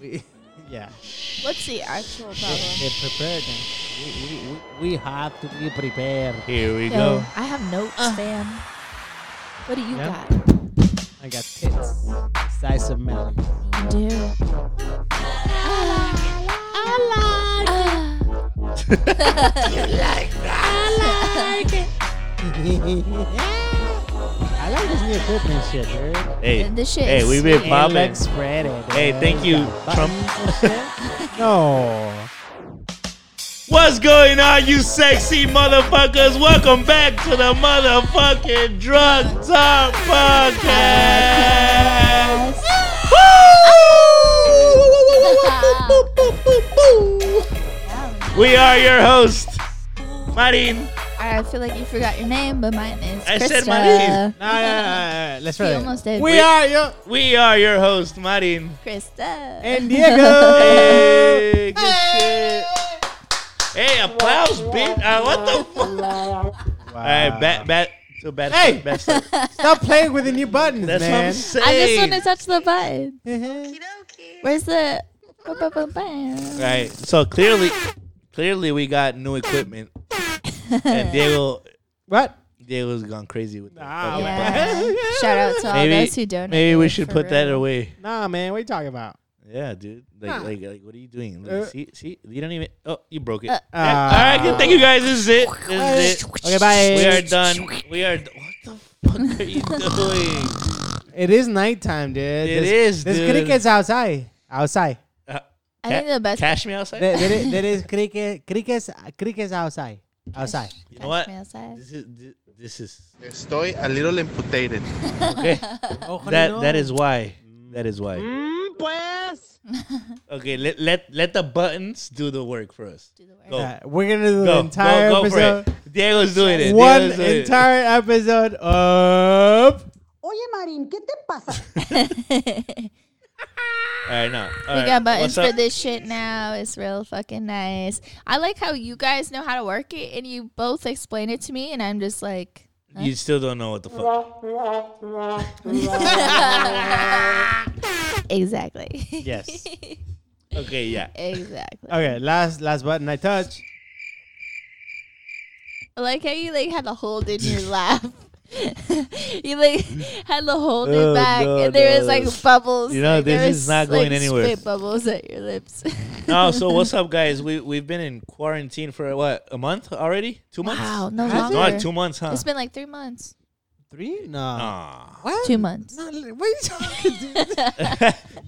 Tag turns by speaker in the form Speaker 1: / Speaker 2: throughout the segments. Speaker 1: we, yeah,
Speaker 2: What's the actual
Speaker 1: the,
Speaker 2: problem?
Speaker 1: the preparedness. We, we, we, we have to be prepared.
Speaker 3: Here we
Speaker 2: Yo,
Speaker 3: go.
Speaker 2: I have notes, fam. What do you
Speaker 1: Yeah.
Speaker 2: got?
Speaker 1: I got tits, size of melon.
Speaker 2: You do. I like
Speaker 1: I like this new equipment shit, dude.
Speaker 3: Hey,
Speaker 2: And this shit
Speaker 3: hey,
Speaker 2: is
Speaker 3: we've been
Speaker 2: sweet.
Speaker 1: It
Speaker 3: bombing.
Speaker 1: looks pretty.
Speaker 3: Hey,
Speaker 1: dude.
Speaker 3: thank you,
Speaker 1: Got
Speaker 3: Trump.
Speaker 1: buttons and shit. no.
Speaker 3: What's going on, you sexy motherfuckers? Welcome back to the motherfucking Drug Talk Podcast.
Speaker 2: Yes.
Speaker 3: We are your host, Marin.
Speaker 2: I feel like you forgot your name, but mine is.
Speaker 3: I said
Speaker 2: Krista.
Speaker 3: my name.
Speaker 1: Nah, nah, nah, nah, Let's
Speaker 2: You
Speaker 1: try
Speaker 2: almost
Speaker 1: it.
Speaker 2: did.
Speaker 1: We are your
Speaker 3: We are your host, Marin.
Speaker 2: Krista.
Speaker 1: and Diego.
Speaker 3: Hey, good shit. Hey, applause, bitch. Uh, what the fuck? All right, bat, bat. So bad.
Speaker 1: Hey!
Speaker 3: bad stuff.
Speaker 1: Stop playing with the new buttons,
Speaker 3: That's what I'm
Speaker 1: man.
Speaker 2: I
Speaker 3: saying.
Speaker 2: just want to touch the button.
Speaker 1: Mhm.
Speaker 2: Where's the? Ba-ba-ba-bam.
Speaker 3: Right. So clearly, clearly we got new equipment, and Diego,
Speaker 1: what?
Speaker 3: Diego's gone crazy with that.
Speaker 1: Nah,
Speaker 3: fucking
Speaker 1: man.
Speaker 3: button.
Speaker 2: Yeah. Shout out to all
Speaker 3: Maybe-
Speaker 2: those who donated.
Speaker 3: Maybe we should
Speaker 2: for
Speaker 3: put that
Speaker 2: real.
Speaker 3: away.
Speaker 1: Nah, man. What you talking about?
Speaker 3: Yeah, dude. Like,
Speaker 1: Nah.
Speaker 3: like, like, what are you doing? Like,
Speaker 1: Uh,
Speaker 3: see, see, you don't even. Oh, you broke it.
Speaker 2: Uh,
Speaker 3: Yeah. All right, good. Thank you guys. This is it. This is it.
Speaker 1: Okay, bye.
Speaker 3: We are done. We are. d- What the fuck are you doing?
Speaker 1: It is nighttime, dude.
Speaker 3: It
Speaker 1: It
Speaker 3: is,
Speaker 1: is. There's
Speaker 3: dude.
Speaker 1: crickets outside. Outside.
Speaker 2: I think the best.
Speaker 3: Uh, Cash me outside.
Speaker 1: There, there, is, there is cricket, crickets, crickets outside. Outside.
Speaker 3: you
Speaker 2: Catch
Speaker 3: know what?
Speaker 2: me outside.
Speaker 3: This is thi- this is
Speaker 4: Estoy a little imputated.
Speaker 3: okay. that that is why. That is why.
Speaker 1: Mm.
Speaker 3: Okay, let let let the buttons do the work for us.
Speaker 2: Do the work.
Speaker 3: Go.
Speaker 1: Uh, we're gonna do
Speaker 3: Go,
Speaker 1: the entire
Speaker 3: go, go
Speaker 1: episode.
Speaker 3: for it. Diego's doing it.
Speaker 1: One
Speaker 3: Diego's doing it.
Speaker 1: entire episode of.
Speaker 5: Oye, Marín, ¿qué te pasa?
Speaker 3: All right, now.
Speaker 2: We got buttons for this shit now. It's real fucking nice. I like how you guys know how to work it and you both explain it to me and I'm just like
Speaker 3: You still don't know what the fuck.
Speaker 2: Exactly.
Speaker 3: Yes. Okay, yeah.
Speaker 2: exactly.
Speaker 1: Okay, last last button I touch.
Speaker 2: I like how you like had to hold in your laugh. you like had to hold it
Speaker 3: Oh,
Speaker 2: back
Speaker 3: no,
Speaker 2: and there was
Speaker 3: no.
Speaker 2: like bubbles.
Speaker 3: You know,
Speaker 2: like, there
Speaker 3: this is
Speaker 2: was,
Speaker 3: not going
Speaker 2: like,
Speaker 3: anywhere.
Speaker 2: Spit bubbles at your lips.
Speaker 3: No, so what's up, guys? We we've been in quarantine for what a month already? Two months?
Speaker 2: wow, no
Speaker 1: Has it?
Speaker 3: No,
Speaker 2: longer.
Speaker 3: like two months, huh?
Speaker 2: It's been like three months.
Speaker 1: Three? No.
Speaker 3: Aw.
Speaker 1: What?
Speaker 2: Two months.
Speaker 1: No, li- what are you talking dude?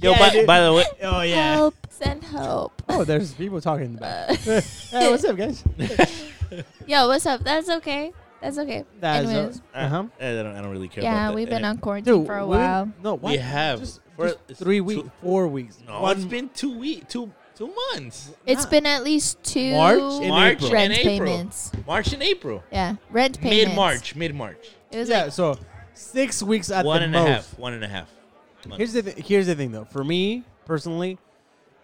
Speaker 3: Yo,
Speaker 1: Yeah,
Speaker 3: by,
Speaker 1: dude.
Speaker 3: by the way,
Speaker 1: oh yeah.
Speaker 2: Help. Send help.
Speaker 1: Oh, there's people talking in the back.
Speaker 2: Uh,
Speaker 1: hey, what's up, guys?
Speaker 2: Yo, what's up? That's okay. That's okay.
Speaker 1: That's
Speaker 2: Anyways,
Speaker 1: Uh-huh.
Speaker 3: I don't I don't really care.
Speaker 2: yeah,
Speaker 3: about
Speaker 2: we've
Speaker 3: that. Uh,
Speaker 1: eh,
Speaker 2: been on quarantine
Speaker 1: Dude,
Speaker 2: for a
Speaker 1: we-
Speaker 2: while.
Speaker 1: No,
Speaker 3: We
Speaker 1: what?
Speaker 3: have.
Speaker 1: Just,
Speaker 3: For-
Speaker 1: just
Speaker 3: it's
Speaker 1: three
Speaker 3: two-
Speaker 1: weeks, four weeks.
Speaker 3: No,
Speaker 1: One-
Speaker 3: it's been two week, two two months.
Speaker 2: It's
Speaker 1: Ah.
Speaker 2: been at least two
Speaker 1: March and
Speaker 3: March
Speaker 1: April.
Speaker 2: rent
Speaker 3: and April.
Speaker 2: payments.
Speaker 3: March and April.
Speaker 2: Yeah, rent payments.
Speaker 3: Mid March. Mid March.
Speaker 2: It was
Speaker 1: yeah,
Speaker 2: like
Speaker 1: so six weeks at
Speaker 3: One
Speaker 1: the
Speaker 3: and a
Speaker 1: most.
Speaker 3: half. One and a half. months.
Speaker 1: Here's the th- here's the thing though. For me personally,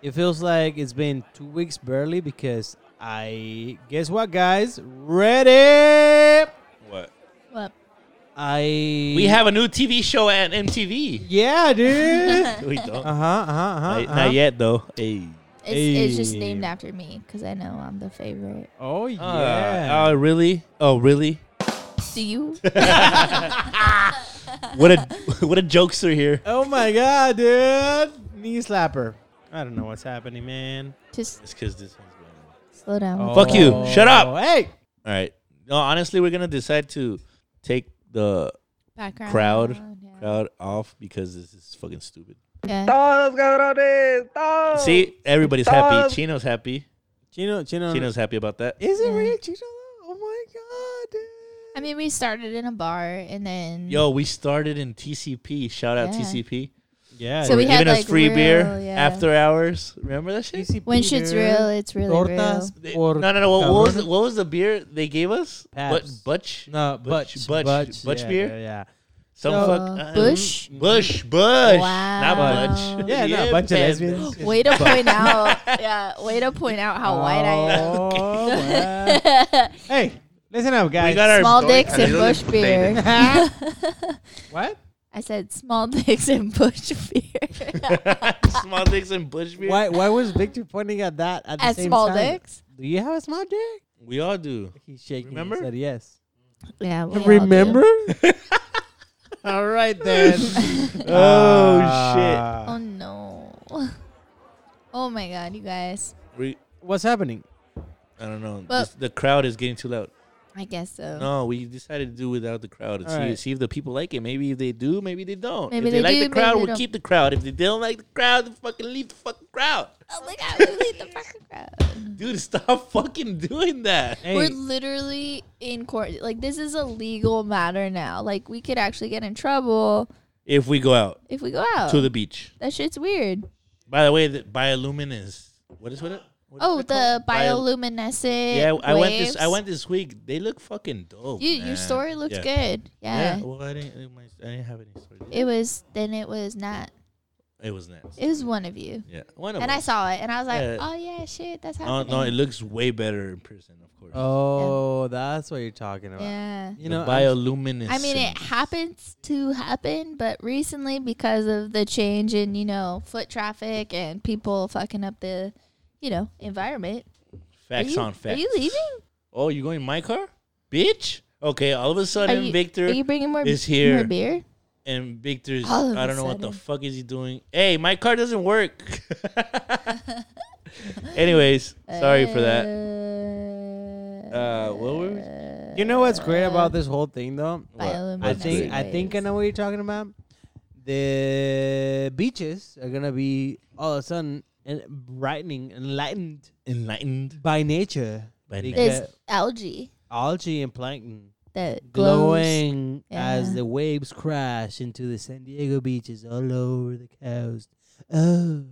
Speaker 1: it feels like it's been two weeks barely because I guess what guys ready.
Speaker 3: What?
Speaker 2: what?
Speaker 1: I
Speaker 3: We have a new TV show at MTV.
Speaker 1: yeah, dude.
Speaker 3: we don't.
Speaker 1: uh huh. Uh huh.
Speaker 3: Not, not yet though. Hey.
Speaker 2: It's, it's just
Speaker 1: Hey.
Speaker 2: named after me because I know I'm the favorite.
Speaker 1: Oh
Speaker 3: Uh,
Speaker 1: yeah.
Speaker 3: oh really? Oh really?
Speaker 2: Do you?
Speaker 3: What a what a jokester here.
Speaker 1: oh my god, dude. Knee slapper. I don't know what's happening, man.
Speaker 2: just
Speaker 3: It's because this one's going on.
Speaker 2: slow down.
Speaker 1: Oh,
Speaker 3: Fuck you. Shut up.
Speaker 1: Hey.
Speaker 3: All right. No, honestly, we're gonna decide to take the
Speaker 2: Background.
Speaker 3: crowd
Speaker 2: Yeah.
Speaker 3: crowd off because this is fucking stupid.
Speaker 2: Yeah.
Speaker 4: Todos, cabrones, todos.
Speaker 3: See, everybody's happy. Chino's happy.
Speaker 1: Chino. Chino.
Speaker 3: Chino's happy about that.
Speaker 1: Is it
Speaker 2: Yeah.
Speaker 1: really Chino? though? Oh my god, dude.
Speaker 2: I mean, we started in a bar and then.
Speaker 3: Yo, we started in TCP. Shout out
Speaker 2: Yeah.
Speaker 3: TCP.
Speaker 1: Yeah.
Speaker 2: So
Speaker 1: dude.
Speaker 2: we
Speaker 3: Giving
Speaker 2: had,
Speaker 3: us
Speaker 2: like,
Speaker 3: free
Speaker 2: real-
Speaker 3: beer
Speaker 2: yeah.
Speaker 3: after hours. Remember that shit?
Speaker 1: TCP,
Speaker 2: When shit's
Speaker 1: dude.
Speaker 2: real, it's really
Speaker 1: Tortas
Speaker 3: They-
Speaker 1: or
Speaker 3: no, no, no. What, what was the,
Speaker 1: cabrón.
Speaker 3: what was the beer they gave us? But
Speaker 1: Pabst.
Speaker 3: Butch.
Speaker 1: No,
Speaker 3: Butch-
Speaker 1: Butch,
Speaker 3: Butch- Butch
Speaker 1: yeah,
Speaker 3: beer?
Speaker 1: Yeah,
Speaker 3: Some
Speaker 1: So-
Speaker 3: fuck.
Speaker 2: Uh,
Speaker 3: um,
Speaker 2: Bush?
Speaker 3: Bush. Bush. Not
Speaker 2: Wow.
Speaker 3: Butch.
Speaker 1: yeah, yeah, no, a bunch of
Speaker 3: man.
Speaker 1: lesbians.
Speaker 2: Way to point out. Yeah. Way to point out how white I
Speaker 1: Oh, well.
Speaker 2: am.
Speaker 1: hey, listen up, guys.
Speaker 3: got our-
Speaker 2: Small
Speaker 4: Sorry,
Speaker 2: dicks
Speaker 4: a
Speaker 2: and
Speaker 4: little
Speaker 2: bush beer.
Speaker 4: potato.
Speaker 1: what?
Speaker 2: I I said small dicks and bush beer.
Speaker 3: small dicks and bush beer.
Speaker 1: Why? Why was Victor pointing at that at the
Speaker 2: At
Speaker 1: same
Speaker 2: small
Speaker 1: time?
Speaker 2: dicks?
Speaker 1: Do you have a small dick?
Speaker 3: We all do.
Speaker 1: He's shaking.
Speaker 3: Remember?
Speaker 1: He said yes.
Speaker 2: yeah. we all do.
Speaker 1: Remember? All right then.
Speaker 3: Oh, shit.
Speaker 1: Ah.
Speaker 2: Oh no. Oh my god, you guys.
Speaker 3: We,
Speaker 1: What's happening?
Speaker 3: I don't know.
Speaker 2: Well-
Speaker 3: This- the crowd is getting too loud.
Speaker 2: I guess so.
Speaker 3: No, we decided to do without the crowd and see,
Speaker 1: Alright.
Speaker 3: see if the people like it. Maybe if they do, maybe they don't.
Speaker 2: Maybe
Speaker 3: if they,
Speaker 2: they
Speaker 3: like
Speaker 2: do,
Speaker 3: the
Speaker 2: maybe
Speaker 3: crowd,
Speaker 2: they
Speaker 3: we'll
Speaker 2: don't.
Speaker 3: keep the crowd. If they don't like the crowd, then fucking leave the fucking crowd.
Speaker 2: Oh my god, we lead the fucking crowd.
Speaker 3: Dude, stop fucking doing that.
Speaker 1: Hey,
Speaker 2: We're literally in court. Like this is a legal matter now. Like we could actually get in trouble
Speaker 3: If we go out
Speaker 2: if we go out.
Speaker 3: to the beach.
Speaker 2: that shit's weird.
Speaker 3: By the way, the bioluminescence. What is what? It, what is
Speaker 2: Oh,
Speaker 3: it called?
Speaker 2: the
Speaker 3: Bio-
Speaker 2: bioluminescent.
Speaker 3: Yeah, I went this. I
Speaker 2: waves.
Speaker 3: went this week. They look fucking dope.
Speaker 2: You, your
Speaker 3: man.
Speaker 2: story looked
Speaker 3: Yeah.
Speaker 2: good. Yeah.
Speaker 3: Yeah. Well, I didn't. it- my- I didn't have any story. It,
Speaker 2: It was then it was not.
Speaker 3: was nasty.
Speaker 2: It was one of you.
Speaker 3: yeah. One of
Speaker 2: And I
Speaker 3: us.
Speaker 2: saw it and I was like,
Speaker 3: Yeah.
Speaker 2: "Oh yeah, shit, that's
Speaker 3: No,
Speaker 2: happening."
Speaker 3: no, it looks way better in person, of course.
Speaker 1: Oh, that's what you're talking about.
Speaker 2: yeah.
Speaker 1: You know,
Speaker 3: the
Speaker 1: I'm-
Speaker 3: bioluminescence.
Speaker 2: I mean, it happens to happen, but recently because of the change in, you know, foot traffic and people fucking up the, you know, environment. Are
Speaker 3: Facts
Speaker 2: you,
Speaker 3: on facts.
Speaker 2: Are you leaving?
Speaker 3: Oh, you going in my car, bitch? Okay. All of a
Speaker 2: Are
Speaker 3: sudden,
Speaker 2: you,
Speaker 3: Victor
Speaker 2: are you bringing more,
Speaker 3: is
Speaker 2: more
Speaker 3: here.
Speaker 2: beer?
Speaker 3: and Victor's.
Speaker 2: All of
Speaker 3: I
Speaker 2: a
Speaker 3: don't know what the
Speaker 2: sudden.
Speaker 3: fuck is he doing. Hey, my car doesn't work. Anyways, sorry for that. Uh, what were we?
Speaker 1: you know what's great about this whole thing, though.
Speaker 2: Bioluminescent
Speaker 1: I think I
Speaker 2: waves.
Speaker 1: think I know what you're talking about. The beaches are gonna be all of a sudden en- brightening, enlightened
Speaker 3: enlightened.
Speaker 1: by nature.
Speaker 3: By nature.
Speaker 2: There's
Speaker 1: because
Speaker 2: algae
Speaker 1: algae and plankton
Speaker 2: that glows.
Speaker 1: glowing as
Speaker 2: Yeah.
Speaker 1: the waves crash into the San Diego beaches all over the coast. Oh,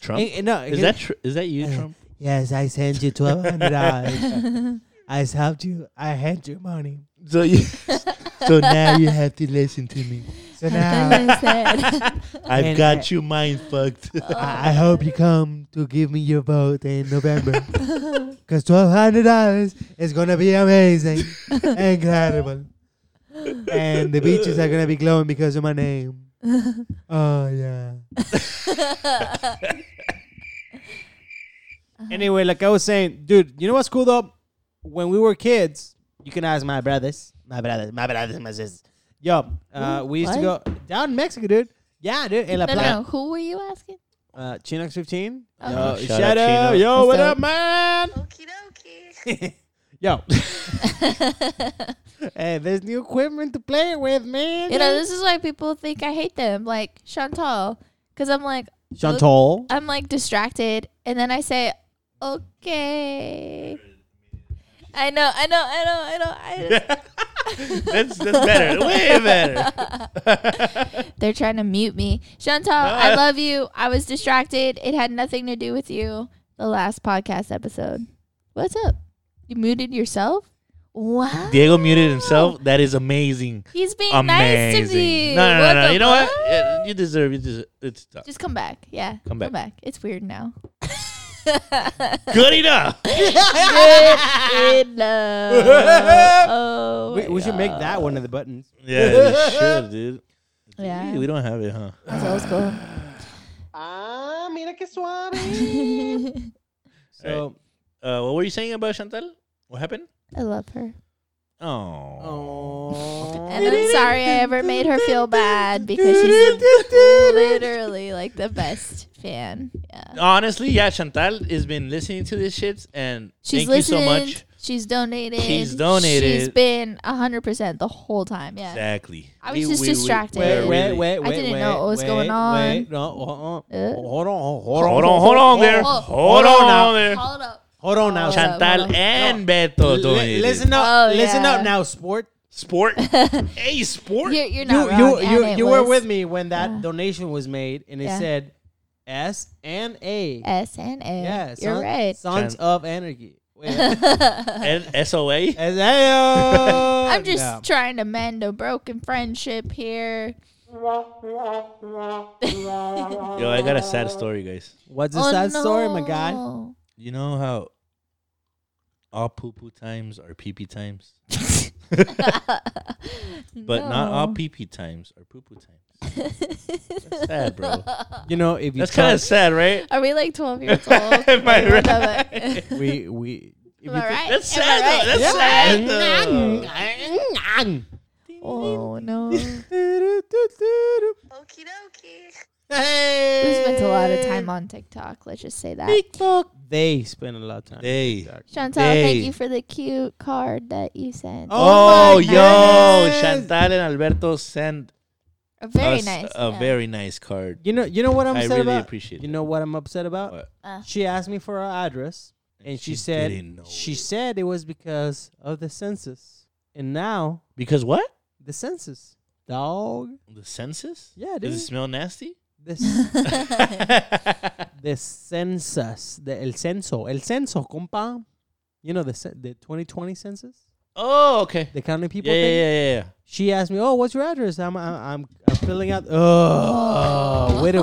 Speaker 3: Trump.
Speaker 1: Eh, eh, no,
Speaker 3: is
Speaker 1: eh,
Speaker 3: that tr- is that you,
Speaker 1: Uh,
Speaker 3: Trump?
Speaker 1: Yes, I sent you twelve hundred dollars. I helped you. I had your money.
Speaker 3: So you, so now you have to listen to me.
Speaker 1: So now
Speaker 2: That's what I said.
Speaker 1: And, uh,
Speaker 3: I've got you mind fucked.
Speaker 1: I, I hope you come to give me your vote in November, because twelve hundred dollars is gonna be amazing, incredible, and the beaches are gonna be glowing because of my name. Oh yeah. anyway, like I was saying, dude, you know what's cool though? When we were kids, you can ask my brothers, my brothers, my brothers, my sisters. Yo, uh, we used to go down in Mexico, dude. Yeah, dude, in La
Speaker 2: no,
Speaker 1: Playa.
Speaker 2: no, who were you asking?
Speaker 1: Uh, Chinox 15.
Speaker 2: Oh.
Speaker 1: Yo,
Speaker 3: Oh,
Speaker 1: shout,
Speaker 3: shout out
Speaker 1: out.
Speaker 3: Chino.
Speaker 1: Yo,
Speaker 2: What's
Speaker 1: what
Speaker 2: up?
Speaker 1: up, man? Yo. hey, there's new equipment to play with, man.
Speaker 2: You know, this is why people think I hate them, like Chantal, because I'm like,
Speaker 1: Chantal.
Speaker 2: I'm like distracted, and then I say, "Okay." I know, I know, I know, I know. I
Speaker 3: that's that's better. Way better.
Speaker 2: They're trying to mute me. Chantal,
Speaker 3: I-
Speaker 2: I love you. I was distracted. It had nothing to do with you. The last podcast episode. What's up? You muted yourself? What?
Speaker 3: Diego muted himself. That is amazing.
Speaker 2: He's being
Speaker 3: Amazing.
Speaker 2: nice to me.
Speaker 3: No, no,
Speaker 2: What
Speaker 3: no, no.
Speaker 2: the
Speaker 3: You know what?
Speaker 2: fuck?
Speaker 3: Eh, you deserve. You deserve. It's tough.
Speaker 2: Just come back. Yeah.
Speaker 3: Come back.
Speaker 2: Come back. It's weird now.
Speaker 3: good enough.
Speaker 2: Good enough. Oh,
Speaker 1: We, we
Speaker 2: my
Speaker 1: should make
Speaker 2: God.
Speaker 1: that one of the buttons.
Speaker 3: Yeah, you should, dude.
Speaker 2: Yeah.
Speaker 3: Hey, We don't have it, huh?
Speaker 2: That's old school.
Speaker 5: Ah, mira qué suave.
Speaker 1: So,
Speaker 3: Uh, what were you saying about Chantal? What happened?
Speaker 2: I love her.
Speaker 3: Oh.
Speaker 2: And I'm sorry I ever made her feel bad because she's literally like the best fan. Yeah.
Speaker 3: Honestly, yeah, Chantal has been listening to these shits, and
Speaker 2: She's
Speaker 3: thank
Speaker 2: listened.
Speaker 3: you so much.
Speaker 2: She's donated.
Speaker 3: She's donated.
Speaker 2: She's been 100% the whole time. Yeah.
Speaker 3: Exactly.
Speaker 2: I was just distracted.
Speaker 3: we're
Speaker 1: Wait, wait,
Speaker 3: really-
Speaker 1: wait,
Speaker 2: I
Speaker 1: wait.
Speaker 2: didn't
Speaker 1: wait,
Speaker 2: know what was
Speaker 1: wait,
Speaker 2: going on.
Speaker 1: Wait, no, hold on.
Speaker 2: Uh.
Speaker 1: Hold on,
Speaker 3: Hold on, hold on there.
Speaker 2: Oh,
Speaker 3: Hold
Speaker 1: hold
Speaker 3: on,
Speaker 1: on.
Speaker 3: there.
Speaker 2: Hold up.
Speaker 1: Hold on now.
Speaker 2: Hold on.
Speaker 3: Chantal and
Speaker 1: L-
Speaker 3: Beto doing it.
Speaker 1: listen up,
Speaker 2: Oh,
Speaker 1: listen
Speaker 2: yeah.
Speaker 1: up now, sport.
Speaker 3: Sport. hey, sport.
Speaker 2: You're,
Speaker 1: you
Speaker 2: you're not
Speaker 1: you
Speaker 2: wrong,
Speaker 1: you,
Speaker 2: and it
Speaker 1: you were
Speaker 2: was
Speaker 1: with me when that
Speaker 2: Yeah.
Speaker 1: donation was made, and it
Speaker 2: Yeah.
Speaker 1: said S and A.
Speaker 2: S and A.
Speaker 1: yeah,
Speaker 2: You're
Speaker 1: son-
Speaker 2: right.
Speaker 1: Sons
Speaker 3: Chan-
Speaker 1: of Anarchy. Wait,
Speaker 3: And SOA.
Speaker 1: S- ayo.
Speaker 2: I'm just
Speaker 1: No.
Speaker 2: trying to mend a broken friendship here.
Speaker 3: Yo, I got a sad story, guys.
Speaker 1: What's the
Speaker 2: oh,
Speaker 1: sad
Speaker 2: no.
Speaker 1: story, my guy?
Speaker 3: You know how all poo poo times are pee pee times? But not all
Speaker 2: No.
Speaker 3: pee pee times are poo poo times. That's sad, bro.
Speaker 1: You know, if you
Speaker 3: That's kind of
Speaker 1: talk-
Speaker 3: sad, right?
Speaker 2: Are we like 12 years old?
Speaker 3: Am I
Speaker 2: Like,
Speaker 3: right?
Speaker 2: Am
Speaker 1: we we. If
Speaker 2: I right?
Speaker 3: That's
Speaker 2: Am I
Speaker 3: sad, though.
Speaker 2: right?
Speaker 3: That's sad, though.
Speaker 1: you think-
Speaker 2: Oh, no.
Speaker 6: Okie dokie.
Speaker 2: We spent a lot of time on TikTok. Let's just say that.
Speaker 1: They spend a lot of time.
Speaker 3: They.
Speaker 2: Chantal,
Speaker 3: Hey.
Speaker 2: thank you for the cute card that you sent.
Speaker 3: Oh,
Speaker 1: my
Speaker 3: yo,
Speaker 1: goodness.
Speaker 3: Chantal and Alberto sent
Speaker 2: a very
Speaker 3: us
Speaker 2: nice.
Speaker 3: a
Speaker 2: yeah.
Speaker 3: very nice card.
Speaker 1: You know, you know what I'm
Speaker 3: I
Speaker 1: upset
Speaker 3: really
Speaker 1: about.
Speaker 3: appreciate
Speaker 1: You
Speaker 3: it.
Speaker 1: know what I'm upset about.
Speaker 3: What?
Speaker 2: Uh.
Speaker 1: She asked me for her address, and she,
Speaker 3: She
Speaker 1: said
Speaker 3: didn't know
Speaker 1: she
Speaker 3: it.
Speaker 1: said it was because of the census, and now
Speaker 3: Because what?
Speaker 1: the census, dog.
Speaker 3: The census?
Speaker 1: Yeah,
Speaker 3: Does it
Speaker 1: dude.
Speaker 3: smell nasty?
Speaker 1: This the census, the el censo, el censo, compa. You know the cen- the 2020 census,
Speaker 3: oh, okay.
Speaker 1: the counting people
Speaker 3: Yeah, yeah,
Speaker 1: thing.
Speaker 3: yeah, yeah.
Speaker 1: She asked me, "Oh, what's your address?" I'm I'm I'm, I'm filling out. Oh, wait a.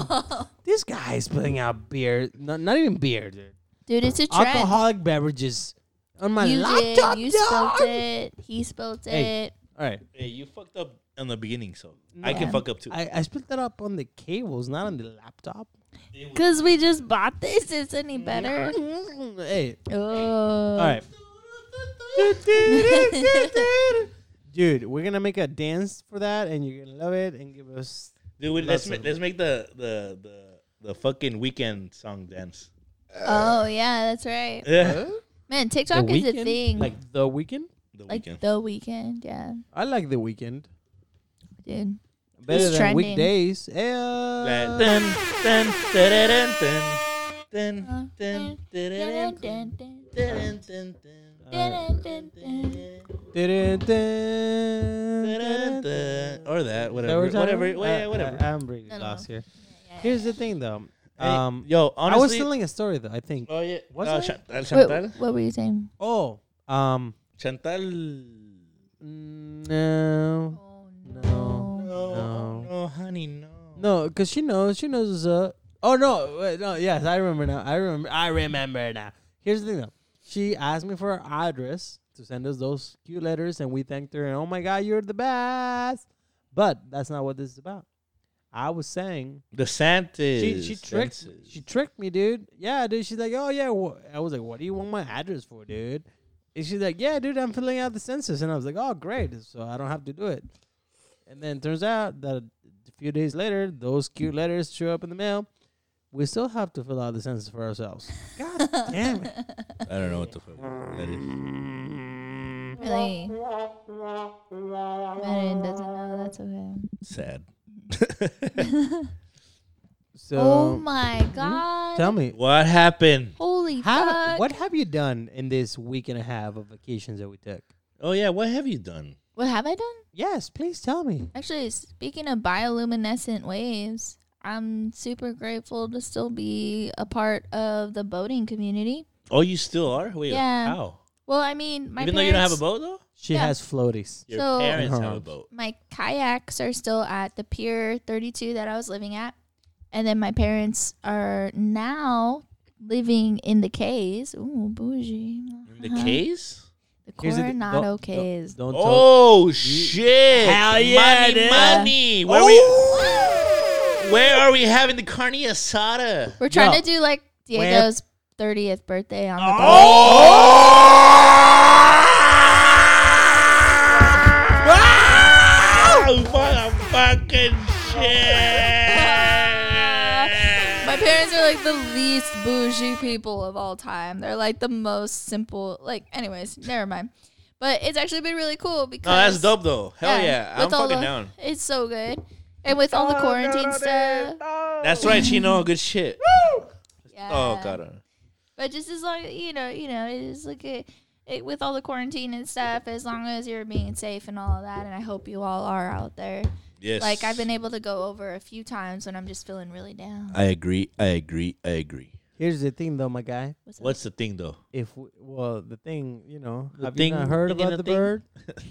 Speaker 1: This guy is filling out beer, not, not even beer, dude.
Speaker 2: Dude, it's a trend.
Speaker 1: Alcoholic beverages on my
Speaker 2: you
Speaker 1: laptop.
Speaker 2: did. You
Speaker 1: dog.
Speaker 2: spelt it. He spelt
Speaker 1: Hey.
Speaker 2: it.
Speaker 1: All right,
Speaker 3: Hey, you fucked up in the beginning, so I
Speaker 2: Yeah.
Speaker 3: can fuck up too.
Speaker 1: I I split that up on the cables, not on the laptop.
Speaker 2: Because we just bought this. It's any better.
Speaker 1: hey,
Speaker 2: Oh.
Speaker 1: all right. Dude, we're gonna make a dance for that, and you're gonna love it, and give us.
Speaker 3: Dude, wait,
Speaker 1: Lots
Speaker 3: let's ma-
Speaker 1: of-
Speaker 3: let's make the the the the fucking weekend song dance.
Speaker 2: Oh, yeah, that's right.
Speaker 3: Yeah.
Speaker 2: Man, TikTok is a thing. Like,
Speaker 1: like the weekend.
Speaker 3: The weekend.
Speaker 2: the weekend. Yeah,
Speaker 1: I like the weekend
Speaker 2: dude.
Speaker 1: better than
Speaker 2: trending.
Speaker 1: weekdays. Eh,
Speaker 3: Like, dun, dun, da-da-dun, dun, dun, dun, da-da-dun, dun, da-dun, dun, dun,
Speaker 1: Dun, dun,
Speaker 3: da-dun,
Speaker 1: dun.
Speaker 3: dun. Or that,
Speaker 1: That
Speaker 3: whatever,
Speaker 1: we're talking
Speaker 3: whatever,
Speaker 1: about?
Speaker 3: yeah,
Speaker 1: Uh,
Speaker 3: whatever.
Speaker 1: I, am really
Speaker 2: I don't
Speaker 1: lost
Speaker 2: know.
Speaker 1: here. Here's the thing, though.
Speaker 3: Hey,
Speaker 1: Um,
Speaker 3: yo,
Speaker 1: I was
Speaker 3: honestly,
Speaker 1: telling a story though. I think.
Speaker 3: oh yeah,
Speaker 1: Was
Speaker 3: uh,
Speaker 1: it?
Speaker 3: Chan- uh,
Speaker 2: Wait,
Speaker 3: Chantal,
Speaker 2: what were you saying?
Speaker 1: Oh, um,
Speaker 3: Chantal,
Speaker 1: Mm, no,
Speaker 2: Oh,
Speaker 1: no,
Speaker 3: no,
Speaker 1: no,
Speaker 3: no, honey, no,
Speaker 1: no, because she knows. She knows. Uh, oh no, wait, no. Yes, I remember now. I remember. I remember now. Here's the thing, though. She asked me for her address to send us those cute letters, and we thanked her. And oh my God, you're the best. But that's not what this is about. I was saying
Speaker 3: the Santa.
Speaker 1: she she tricked she tricked me, dude. Yeah, dude. She's like, oh yeah. wha- I was like, what do you want my address for, dude? And she's like, yeah, dude. I'm filling out the census, and I was like, oh great, so I don't have to do it. And then turns out that a few days later, those cute letters show up in the mail. We still have to fill out the census for ourselves. God damn it!
Speaker 3: I don't know what the fuck that
Speaker 2: Mm.
Speaker 3: is.
Speaker 2: Really? Madden doesn't know. That's okay.
Speaker 3: Sad.
Speaker 1: So hmm?
Speaker 2: oh my god.
Speaker 1: tell me,
Speaker 3: What happened?
Speaker 2: Holy
Speaker 1: how, what
Speaker 2: fuck. What?
Speaker 1: have you done in this week and a half of vacations that we took?
Speaker 3: Oh yeah, what have you done?
Speaker 2: have I done?
Speaker 1: Yes, please tell me.
Speaker 2: Actually, speaking of bioluminescent waves, I'm super grateful to still be a part of the boating community.
Speaker 3: Oh, you still are? Wait,
Speaker 2: Yeah.
Speaker 3: how?
Speaker 2: Well, I mean, my parents,
Speaker 3: Even though you don't have a boat, though?
Speaker 1: She
Speaker 2: Yeah.
Speaker 1: has floaties.
Speaker 3: Your
Speaker 2: So-
Speaker 3: parents have
Speaker 1: Uh-huh.
Speaker 3: a boat.
Speaker 2: my kayaks are still at the pier 32 that I was living at. And then my parents are now living in the Cays. Ooh, bougie.
Speaker 3: In the
Speaker 2: Uh-huh.
Speaker 3: case?
Speaker 2: The
Speaker 1: Here's the thi- don't-
Speaker 2: Coronado
Speaker 1: don't-
Speaker 2: Cays.
Speaker 1: Don't, tell-
Speaker 3: Oh, shit.
Speaker 1: Hell yeah,
Speaker 3: Money,
Speaker 1: dude.
Speaker 3: money. Where, we, where are we having the carne asada?
Speaker 2: We're trying
Speaker 1: Yo.
Speaker 2: to do like
Speaker 1: Where-
Speaker 2: Diego's 30th birthday on the boat.
Speaker 3: Oh! Motherfucking shit.
Speaker 2: My parents are like the least bougie people of all time. They're like the most simple. Like, anyways, never mind. But it's actually been really cool because
Speaker 3: No, that's dope though. Hell yeah, I'm
Speaker 2: with all
Speaker 3: fucking
Speaker 2: the-
Speaker 3: down.
Speaker 2: It's so good, and with all the quarantine stuff.
Speaker 3: That's right, Chino. Good shit.
Speaker 2: Yeah.
Speaker 3: Oh god.
Speaker 2: But just as long you know, you know, it is like a, it, with all the quarantine and stuff. As long as you're being safe and all of that, and I hope you all are out there.
Speaker 3: Yes.
Speaker 2: Like I've been able to go over a few times when I'm just feeling really down.
Speaker 3: I agree. I agree. I agree.
Speaker 1: Here's the thing, though, my guy.
Speaker 2: up?
Speaker 3: What's the thing though?
Speaker 1: If we, well, the thing, you know,
Speaker 3: The
Speaker 1: have
Speaker 3: thing-
Speaker 1: you not heard
Speaker 3: you mean
Speaker 1: about the,
Speaker 3: the thing?
Speaker 1: bird?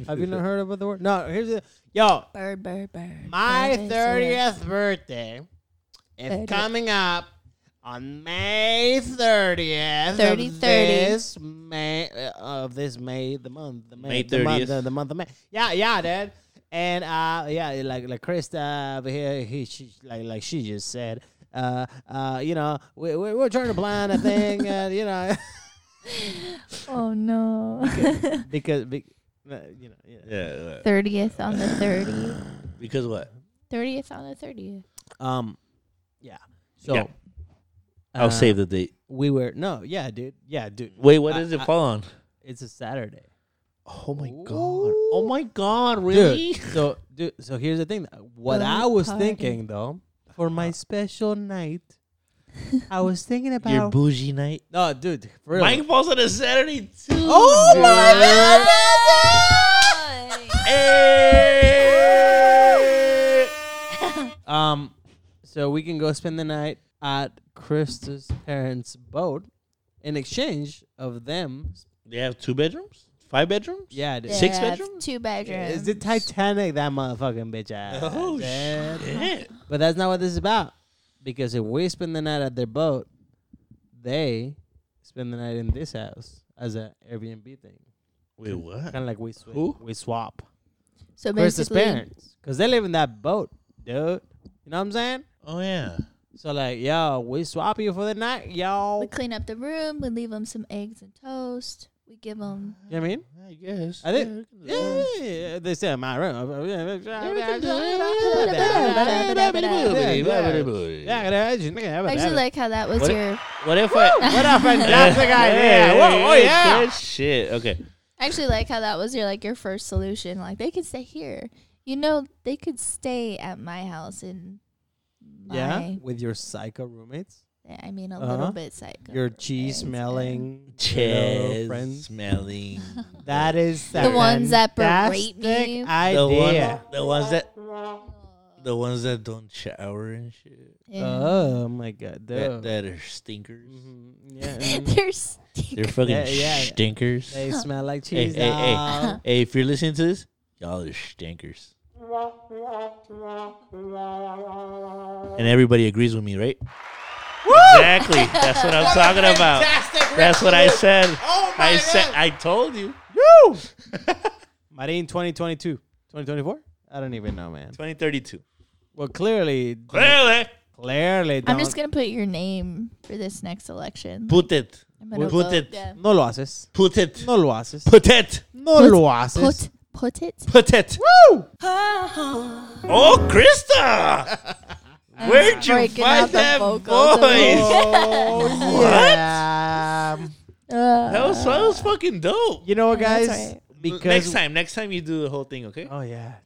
Speaker 1: have you not heard about the bird? No, here's the yo.
Speaker 2: Bird, bird, bird.
Speaker 1: My
Speaker 2: bird is away.
Speaker 1: thirtieth birthday is
Speaker 2: Bird.
Speaker 1: coming up on May 30th, of
Speaker 2: 30, 30.
Speaker 1: this May uh, of this May the month the May,
Speaker 3: May
Speaker 1: the month, uh,
Speaker 3: 30th.
Speaker 1: the, the month of May. Yeah, yeah, dude. And uh, yeah, like like Krista over here, he, she, like like she just said, uh, uh, you know, we, we we're trying to plan a thing, and you know,
Speaker 2: Oh no.
Speaker 1: because, be, uh, you know, yeah.
Speaker 3: Yeah. uh,
Speaker 2: 30th on the 30th.
Speaker 3: Because what?
Speaker 2: 30th on the 30th.
Speaker 1: um, yeah. So
Speaker 3: Yeah. I'll
Speaker 1: uh,
Speaker 3: save the date.
Speaker 1: We were no, yeah, dude, yeah, dude.
Speaker 3: Wait, what does
Speaker 1: I-
Speaker 3: it
Speaker 1: I-
Speaker 3: fall on?
Speaker 1: It's a Saturday.
Speaker 3: Oh my god!
Speaker 1: Ooh.
Speaker 3: Oh my god! Really?
Speaker 1: Dude, so dude, so here's the thing. What
Speaker 2: Don't
Speaker 1: I was
Speaker 2: party.
Speaker 1: thinking though, for my special night, I was thinking
Speaker 3: Uh-huh. Your
Speaker 1: about
Speaker 3: bougie night.
Speaker 1: no, dude, for real.
Speaker 3: Mine falls on a Saturday too.
Speaker 1: oh my god!
Speaker 3: Hey!
Speaker 1: Um, so we can go spend the night at Krista's parents' boat in exchange of them.
Speaker 3: They have two bedrooms, five bedrooms.
Speaker 1: Yeah, dude.
Speaker 3: Six
Speaker 2: They have
Speaker 3: bedrooms?
Speaker 2: Two bedrooms.
Speaker 1: Is the Titanic that motherfucking bitch ass?
Speaker 3: Oh
Speaker 1: dude.
Speaker 3: shit!
Speaker 1: But that's not what this is about. Because if we spend the night at their boat, they spend the night in this house as an Airbnb thing.
Speaker 3: Wait, what?
Speaker 1: Kind of like we swi-
Speaker 3: Who?
Speaker 1: we swap.
Speaker 2: so
Speaker 1: Versus
Speaker 2: basically,
Speaker 1: parents. Because they live in that boat, dude. You know what I'm saying?
Speaker 3: Oh yeah.
Speaker 1: So, like, yo, we swap you for the night, yo.
Speaker 2: we clean up the room. We leave them some eggs and toast. We give them.
Speaker 1: You know what I mean?
Speaker 3: I guess.
Speaker 1: I think.
Speaker 3: Yeah.
Speaker 1: Yeah, yeah, yeah. They stay in my room.
Speaker 2: I actually like how that was
Speaker 3: What-
Speaker 2: your.
Speaker 3: What if I?
Speaker 1: What a fantastic idea. Whoa, oh, yeah.
Speaker 3: Good shit. Okay.
Speaker 2: I actually like how that was your like your first solution. Like they could stay here. You know, they could stay at my house and. My,
Speaker 1: Yeah, with your psycho roommates,
Speaker 2: I mean, a
Speaker 1: Uh-huh.
Speaker 2: little bit psycho. uh,
Speaker 1: your cheese
Speaker 2: roommates and-
Speaker 1: smelling
Speaker 3: Cheese
Speaker 1: friends.
Speaker 3: smelling.
Speaker 1: That is
Speaker 2: The ones that
Speaker 1: fantastic
Speaker 2: berate me. The
Speaker 3: the
Speaker 1: Idea.
Speaker 3: one, the ones that, the ones that don't shower and shit.
Speaker 2: Yeah.
Speaker 1: Oh my god,
Speaker 3: That,
Speaker 1: dude.
Speaker 3: that are stinkers.
Speaker 1: Mhm, yeah, mm,
Speaker 2: They're stink.
Speaker 3: They're fucking
Speaker 1: Yeah, yeah.
Speaker 3: stinkers.
Speaker 1: they smell like
Speaker 3: Hey,
Speaker 1: cheese.
Speaker 3: hey, hey.
Speaker 1: dog.
Speaker 3: Hey, if you're listening to this, y'all are stinkers. And everybody agrees with me, right? Exactly. That's what I'm talking about. That's what I
Speaker 2: Oh
Speaker 3: said. I said. I told you.
Speaker 1: Marine 2022, 2024. I don't even know, man.
Speaker 3: 2032.
Speaker 1: Well, clearly,
Speaker 3: Clearly.
Speaker 1: clearly,
Speaker 2: I'm
Speaker 1: don't-
Speaker 2: just gonna put your name for this next election.
Speaker 3: Put it.
Speaker 2: I'm gonna
Speaker 3: put
Speaker 2: vote-
Speaker 3: it.
Speaker 2: yeah.
Speaker 1: no lo haces,
Speaker 3: Put it.
Speaker 1: no lo haces,
Speaker 3: Put it.
Speaker 1: no lo haces.
Speaker 2: Put put it.
Speaker 3: Put it.
Speaker 1: Woo!
Speaker 3: Oh, Krista! Where'd you
Speaker 2: breaking
Speaker 3: find
Speaker 2: out the
Speaker 3: that
Speaker 2: vocals over
Speaker 3: voice?
Speaker 2: here.
Speaker 1: Oh, yeah.
Speaker 2: Uh,
Speaker 3: That was, that was fucking dope.
Speaker 1: You know what,
Speaker 2: Yeah, that's
Speaker 1: guys?
Speaker 2: right.
Speaker 1: Because
Speaker 3: next time, next time you do the whole thing, okay?
Speaker 1: Oh yeah.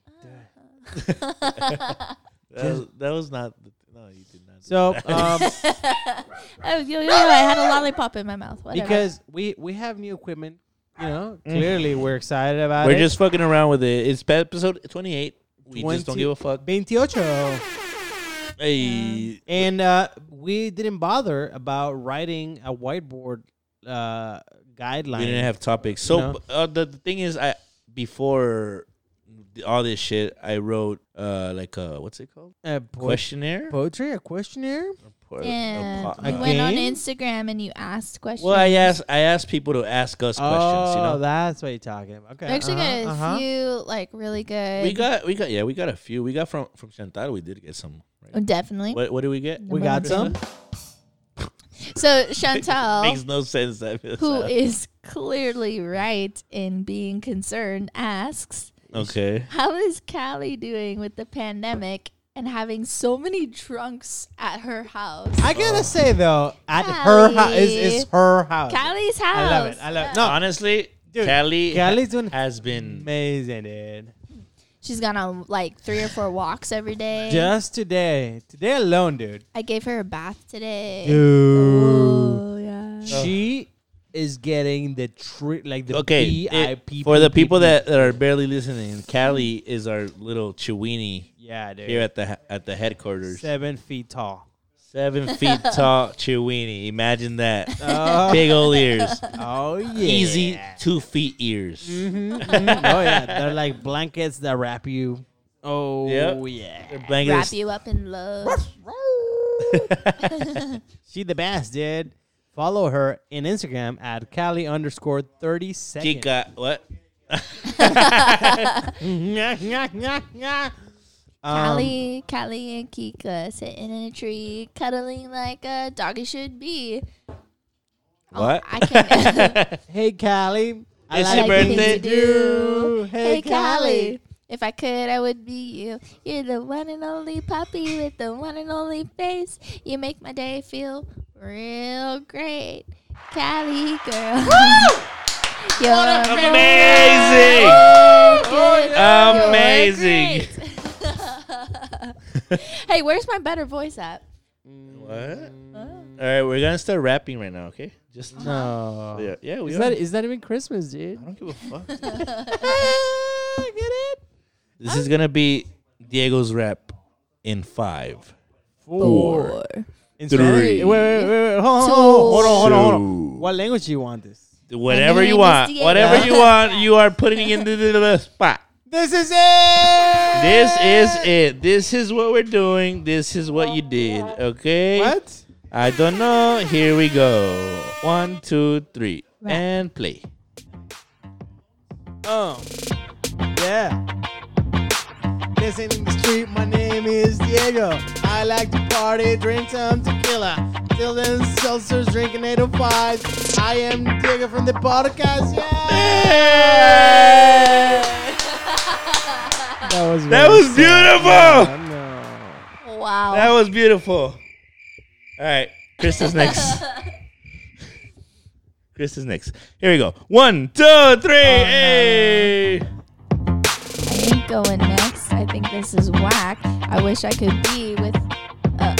Speaker 3: that, was, that was not. The, no, you did not. do
Speaker 1: So
Speaker 3: that.
Speaker 1: um,
Speaker 2: I, was- yo, yo, I had a lollipop in my mouth. Whatever.
Speaker 1: because we we have new equipment, you know, clearly we're excited about
Speaker 3: we're
Speaker 1: it.
Speaker 3: just fucking around with it. It's episode 28. We just don't
Speaker 1: 20
Speaker 3: give a fuck.
Speaker 1: 28.
Speaker 3: Hey,
Speaker 1: And uh, we didn't bother about writing a whiteboard uh, guideline.
Speaker 3: we didn't have topics. So
Speaker 1: No.
Speaker 3: b- uh, the, the thing is, I before th- all this shit, I wrote uh like a what's it called?
Speaker 1: a po-
Speaker 3: Questionnaire.
Speaker 1: poetry, a questionnaire.
Speaker 3: Or a
Speaker 2: and
Speaker 3: po-
Speaker 2: you
Speaker 3: uh,
Speaker 2: went on
Speaker 1: Again?
Speaker 2: Instagram and you asked questions.
Speaker 3: well, I asked I asked people to ask us questions. You
Speaker 1: Oh,
Speaker 3: know,
Speaker 1: that's what you're talking about. Okay.
Speaker 2: We actually
Speaker 1: uh-huh,
Speaker 2: got a
Speaker 1: uh-huh.
Speaker 2: few like really good.
Speaker 3: we got we got yeah we got a few. We got from from Chantal. We did get some.
Speaker 2: Oh,
Speaker 3: Right?
Speaker 2: definitely.
Speaker 3: What what do we get?
Speaker 1: We got some.
Speaker 2: So Chantal,
Speaker 3: Makes no sense. That
Speaker 2: who is clearly right in being concerned, asks,
Speaker 3: okay?
Speaker 2: "How is Callie doing with the pandemic and having so many drunks at her house?"
Speaker 1: I
Speaker 3: Oh.
Speaker 1: gotta say though, at her house
Speaker 2: Callie.
Speaker 1: is is her house.
Speaker 2: Callie's house.
Speaker 1: I love it. I love it. No,
Speaker 3: Honestly,
Speaker 1: Dude,
Speaker 3: Cali
Speaker 1: Cali's doing
Speaker 3: has been
Speaker 1: amazing, dude.
Speaker 2: She's gone on like three or four walks every day.
Speaker 1: Just today, today alone, dude.
Speaker 2: I gave her a bath today.
Speaker 1: Dude,
Speaker 2: Oh yeah.
Speaker 1: she is getting the treat like the
Speaker 3: okay it-
Speaker 1: VIP
Speaker 3: for the people that, that are barely listening. Cali is our little Chiweenie
Speaker 1: yeah, dude,
Speaker 3: here at the ha- at the headquarters.
Speaker 1: seven feet tall.
Speaker 3: Seven feet tall Chiweenie. Imagine that.
Speaker 1: Oh,
Speaker 3: Big old ears,
Speaker 1: oh yeah,
Speaker 3: easy two feet ears.
Speaker 1: Mhm, mhm. Oh yeah, they're like blankets that wrap you. Oh
Speaker 3: Yep.
Speaker 1: yeah.
Speaker 3: Their blanket
Speaker 2: Wrap
Speaker 3: is-
Speaker 2: you up in love.
Speaker 1: She the best, dude. Follow her in Instagram at Cali underscore thirty second.
Speaker 3: Chica, what?
Speaker 1: um,
Speaker 2: Callie, Callie, and Kika sitting in a tree, cuddling like a doggy should be. Oh,
Speaker 3: What?
Speaker 2: I can't.
Speaker 1: hey Callie, I
Speaker 3: It's
Speaker 2: like
Speaker 3: your
Speaker 2: the things
Speaker 3: birthday.
Speaker 2: you do.
Speaker 1: Hey,
Speaker 2: Hey,
Speaker 1: Callie.
Speaker 2: Callie. If I could, I would be you. You're the one and only puppy with the one and only face. You make my day feel real great. Callie girl. You're
Speaker 3: Amazing!
Speaker 2: Oh,
Speaker 3: Amazing.
Speaker 2: hey, where's my better voice at? Oh.
Speaker 3: What? All right, we're gonna start rapping right now, okay? Just
Speaker 1: No.
Speaker 3: yeah, yeah, we
Speaker 1: Oh. Is
Speaker 3: are.
Speaker 1: that is that even Christmas, dude?
Speaker 3: I don't give a fuck.
Speaker 1: Get it?
Speaker 3: this is gonna be Diego's rap in five.
Speaker 1: Four. In Spanish?
Speaker 3: Three.
Speaker 1: Wait, wait, wait, wait. Hold on, hold on, hold on, hold on, hold on.
Speaker 3: Two.
Speaker 1: What language do you want this?
Speaker 3: Whatever
Speaker 2: And then
Speaker 3: you
Speaker 2: it
Speaker 3: want,
Speaker 2: is Diego.
Speaker 3: whatever you want, you are putting into the, the spot.
Speaker 1: This is it.
Speaker 3: This
Speaker 1: Uh,
Speaker 3: is it. This is what we're doing. This is what you did. Okay.
Speaker 1: What?
Speaker 3: I don't know. Here we go. One, two, three, and play.
Speaker 1: Um. Yeah. Listen in the street, my name is Diego. I like to party, drink some tequila. Till then, seltzers, drinking 805s. I am Diego from the podcast. Yeah. That was
Speaker 3: That was beautiful.
Speaker 2: Wow.
Speaker 3: That was beautiful. All right, Chris is next. Chris is next. Here we go. One, two, three. hey.
Speaker 2: I ain't going next. I think this is whack. I wish I could be with. Uh,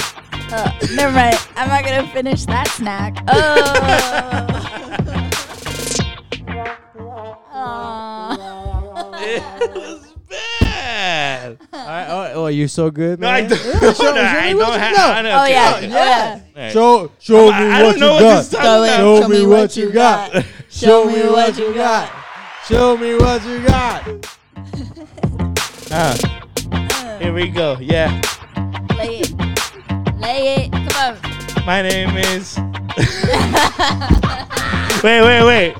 Speaker 2: uh, never mind. I'm not gonna finish that snack. Oh. Aw. Oh.
Speaker 3: It was bad.
Speaker 1: oh, you're so good,
Speaker 3: No, I
Speaker 1: man.
Speaker 3: don't. I don't have.
Speaker 2: Oh yeah. yeah.
Speaker 1: Show, show me
Speaker 3: I
Speaker 1: what
Speaker 3: don't
Speaker 1: you
Speaker 3: know what
Speaker 1: got.
Speaker 3: this song is.
Speaker 1: Show me what you got. Show me what you got. Show me what you got.
Speaker 3: Uh, here we go. Yeah.
Speaker 2: Lay it. Lay it. Come on.
Speaker 3: My name is. wait, wait, wait.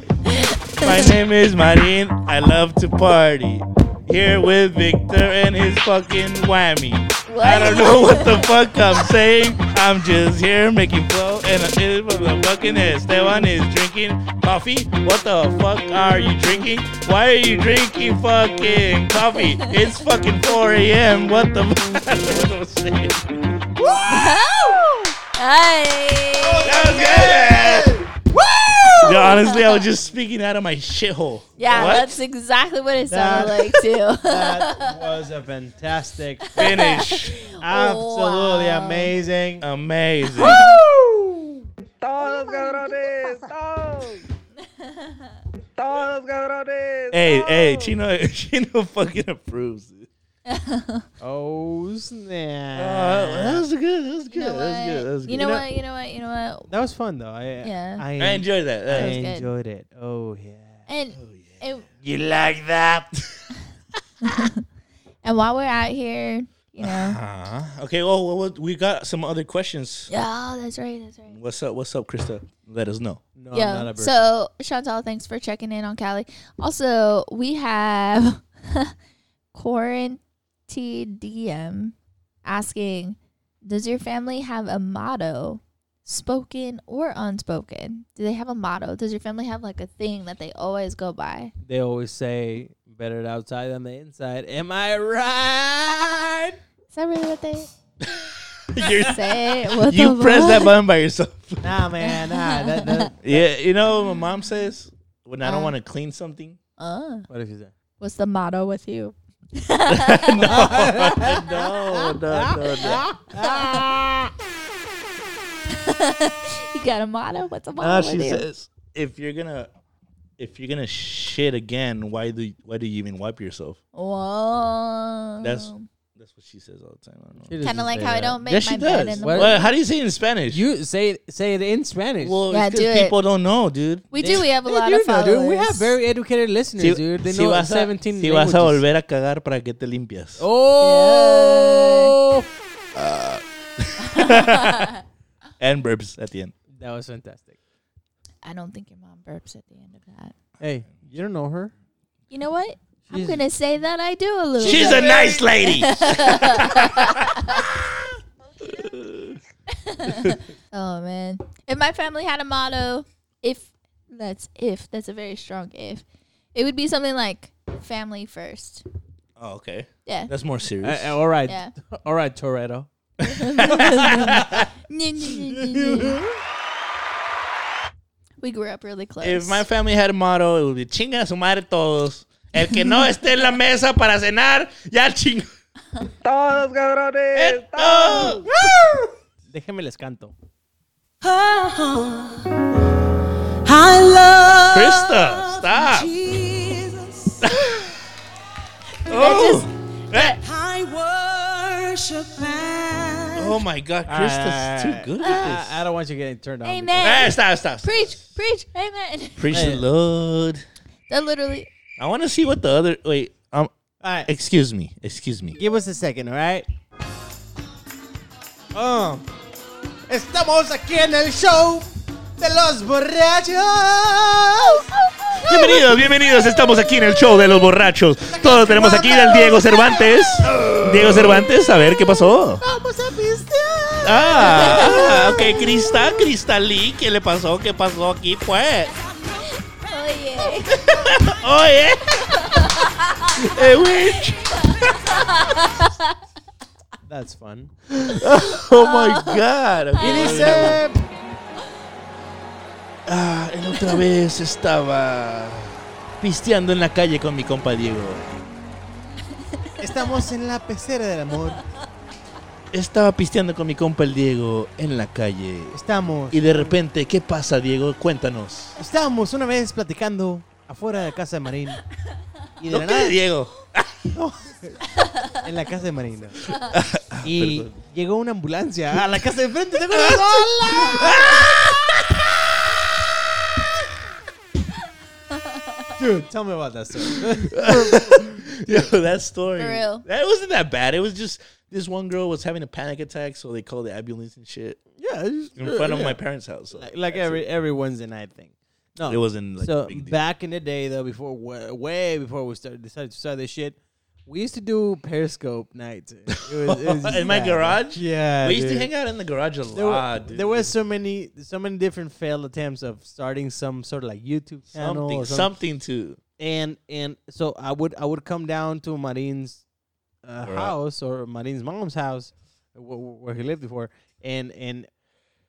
Speaker 3: My name is Marin. I love to party. Here with Victor and his fucking whammy. I don't know what the fuck I'm saying. I'm just here making flow, and I'm in for the fucking Esteban is drinking coffee. What the fuck are you drinking? Why are you drinking fucking coffee? It's fucking 4 a.m. What the fuck? I don't know what I'm saying.
Speaker 2: Oh. Hey.
Speaker 3: That was good. Yo, honestly, I was just speaking out of my shithole.
Speaker 2: Yeah,
Speaker 3: What?
Speaker 2: that's exactly what it sounded
Speaker 1: That-
Speaker 2: like too.
Speaker 1: That was a fantastic,
Speaker 3: Finish.
Speaker 1: absolutely
Speaker 2: Wow.
Speaker 1: amazing.
Speaker 3: Amazing.
Speaker 4: Todos cabrones, todos. Todos cabrones.
Speaker 3: hey, hey, Chino, Chino fucking approves. it.
Speaker 1: Oh
Speaker 3: Uh, that
Speaker 1: snap!
Speaker 3: was good. That was
Speaker 2: You
Speaker 3: good.
Speaker 2: know
Speaker 3: that was good. That was
Speaker 2: what?
Speaker 3: good.
Speaker 2: You know what? You know what? You know what?
Speaker 1: that was fun though. I,
Speaker 2: Yeah.
Speaker 1: I,
Speaker 3: I enjoyed that.
Speaker 1: I
Speaker 3: That was-
Speaker 2: was good.
Speaker 1: enjoyed it. Oh yeah.
Speaker 2: And and,
Speaker 3: you like that?
Speaker 2: and while we're out here, you know.
Speaker 3: Uh-huh. Okay. Well, well, well, we got some other questions.
Speaker 2: Yeah, that's right. That's right.
Speaker 3: What's up? What's up, Krista? Let us know.
Speaker 1: No, I'm Oh, not
Speaker 2: Yeah.
Speaker 1: a bird.
Speaker 2: So Chantal, thanks for checking in on Callie. Also, we have quarantine DM asking, "Does your family have a motto, spoken or unspoken? Do they have a motto? Does your family have like a thing that they always go by?"
Speaker 1: they always say better outside than the inside. Am I right?
Speaker 2: Is that really what they
Speaker 3: You're,
Speaker 2: say? What
Speaker 3: you
Speaker 2: the
Speaker 3: pressed that
Speaker 2: fuck?
Speaker 3: button by yourself.
Speaker 1: Nah, man. Nah. That, that,
Speaker 3: yeah. You know, what my mom says when I don't
Speaker 2: Uh.
Speaker 3: want to clean something.
Speaker 2: Uh,
Speaker 1: what if you say?
Speaker 2: what's the motto with you?
Speaker 3: no, no, no, no.
Speaker 2: You got a motto? What's a
Speaker 1: Uh,
Speaker 2: motto
Speaker 3: No,
Speaker 2: with
Speaker 3: she
Speaker 2: you?
Speaker 3: says if you're gonna if you're gonna shit again, why do why do you even wipe yourself?
Speaker 2: Whoa.
Speaker 3: That's that's what she says all the time. I don't know.
Speaker 2: kind of like how I don't make
Speaker 3: Yes,
Speaker 2: my
Speaker 3: she
Speaker 2: bed in
Speaker 3: does.
Speaker 2: the
Speaker 1: What-
Speaker 2: morning.
Speaker 3: Well, how do you say it in Spanish?
Speaker 1: You say it, say it in Spanish.
Speaker 3: well,
Speaker 2: Yeah,
Speaker 3: it's 'cause
Speaker 2: do it.
Speaker 3: people don't know, dude.
Speaker 2: We do. We have a lot
Speaker 1: you
Speaker 2: of
Speaker 1: know,
Speaker 2: followers.
Speaker 1: dude. We have very educated listeners, dude. They know
Speaker 3: vas a-
Speaker 1: 17
Speaker 3: si vas a
Speaker 1: languages.
Speaker 3: volver a Oh. cagar para que te limpias.
Speaker 1: Oh.
Speaker 3: and burps at the end.
Speaker 1: That was fantastic.
Speaker 2: I don't think your mom burps at the end of that.
Speaker 1: Hey, you don't know her.
Speaker 2: You know what? I'm
Speaker 1: She's-
Speaker 2: gonna say that I do a little.
Speaker 3: She's
Speaker 2: bit.
Speaker 3: a nice lady.
Speaker 2: oh man! If my family had a motto, if that's if that's a very strong if, it would be something like family first.
Speaker 3: oh, okay.
Speaker 2: Yeah.
Speaker 3: That's more serious.
Speaker 1: Uh, uh, all right,
Speaker 2: Yeah.
Speaker 1: all right, Toretto.
Speaker 2: we grew up really close.
Speaker 3: If my family had a motto, it would be chinga su madre todos. El que no esté en la mesa para cenar, ya chinga. Eh,
Speaker 4: Todos, cabrones. Todos.
Speaker 3: Esto.
Speaker 1: Déjenme les canto.
Speaker 6: I love
Speaker 3: Krista, stop.
Speaker 6: Jesus.
Speaker 3: Oh. Eh.
Speaker 6: I worship and
Speaker 3: Oh my God, Krista's too good at
Speaker 1: I, I don't want you getting turned on. because-
Speaker 3: this.
Speaker 2: Amen.
Speaker 3: Eh, stop, stop. stop.
Speaker 2: Preach, preach, amen.
Speaker 3: Preach
Speaker 1: Hey.
Speaker 3: the Lord.
Speaker 2: That literally.
Speaker 3: I want to see what the other. Wait, um,
Speaker 1: All right,
Speaker 3: excuse me, excuse me.
Speaker 1: give us a second, all right? Oh. Estamos aquí en el show de los
Speaker 2: Oh,
Speaker 1: borrachos.
Speaker 3: Bienvenidos, bienvenidos. Estamos aquí en el show de los borrachos. Todos tenemos aquí al Diego Cervantes. Diego Cervantes, a ver qué pasó.
Speaker 6: vamos a pistear.
Speaker 3: Ah, ah, ok, Crista, Cristalí, ¿qué le pasó? ¿Qué pasó aquí, pues?
Speaker 2: Oh yeah.
Speaker 3: Oye. Eh, witch.
Speaker 1: That's fun.
Speaker 3: Oh my god.
Speaker 1: Y dice,
Speaker 3: Ah, el otra vez estaba pisteando en la calle con mi compa Diego.
Speaker 1: estamos en la pecera del amor.
Speaker 3: Estaba pisteando con mi compa el Diego en la calle.
Speaker 1: Estamos,
Speaker 3: Y de repente, ¿qué pasa, Diego? Cuéntanos.
Speaker 1: estábamos una vez platicando afuera de la casa de Marín. Y de la
Speaker 3: ¿Dónde
Speaker 1: nada,
Speaker 3: Diego?
Speaker 1: en la casa de Marín. ¿no? Y
Speaker 3: perdón.
Speaker 1: llegó una ambulancia Ah, a la casa de frente. ¡Tengo una sola! Dude, tell me about that story.
Speaker 3: Yo, that story.
Speaker 2: For real.
Speaker 3: That wasn't that bad. It was just this one girl was having a panic attack, so they called the ambulance and shit
Speaker 1: yeah, it's just-
Speaker 3: in front of
Speaker 1: yeah.
Speaker 3: my parents' house. So
Speaker 1: like, like
Speaker 3: that's
Speaker 1: every
Speaker 3: it.
Speaker 1: every Wednesday night thing. No,
Speaker 3: It wasn't like a
Speaker 1: so
Speaker 3: big deal.
Speaker 1: back in the day though, before way, way before we started decided to start this shit, we used to do Periscope nights. It was, it was-
Speaker 3: In my
Speaker 1: yeah.
Speaker 3: garage?
Speaker 1: Yeah,
Speaker 3: we used to
Speaker 1: dude.
Speaker 3: hang out in the garage a
Speaker 1: There,
Speaker 3: lot.
Speaker 1: were,
Speaker 3: Ah, dude.
Speaker 1: there was so many, so many different failed attempts of starting some sort of like YouTube channel
Speaker 3: something,
Speaker 1: or something.
Speaker 3: something to
Speaker 1: and and so I would I would come down to Marin's uh,
Speaker 3: Right.
Speaker 1: house or Marin's mom's house where, where he lived before, and and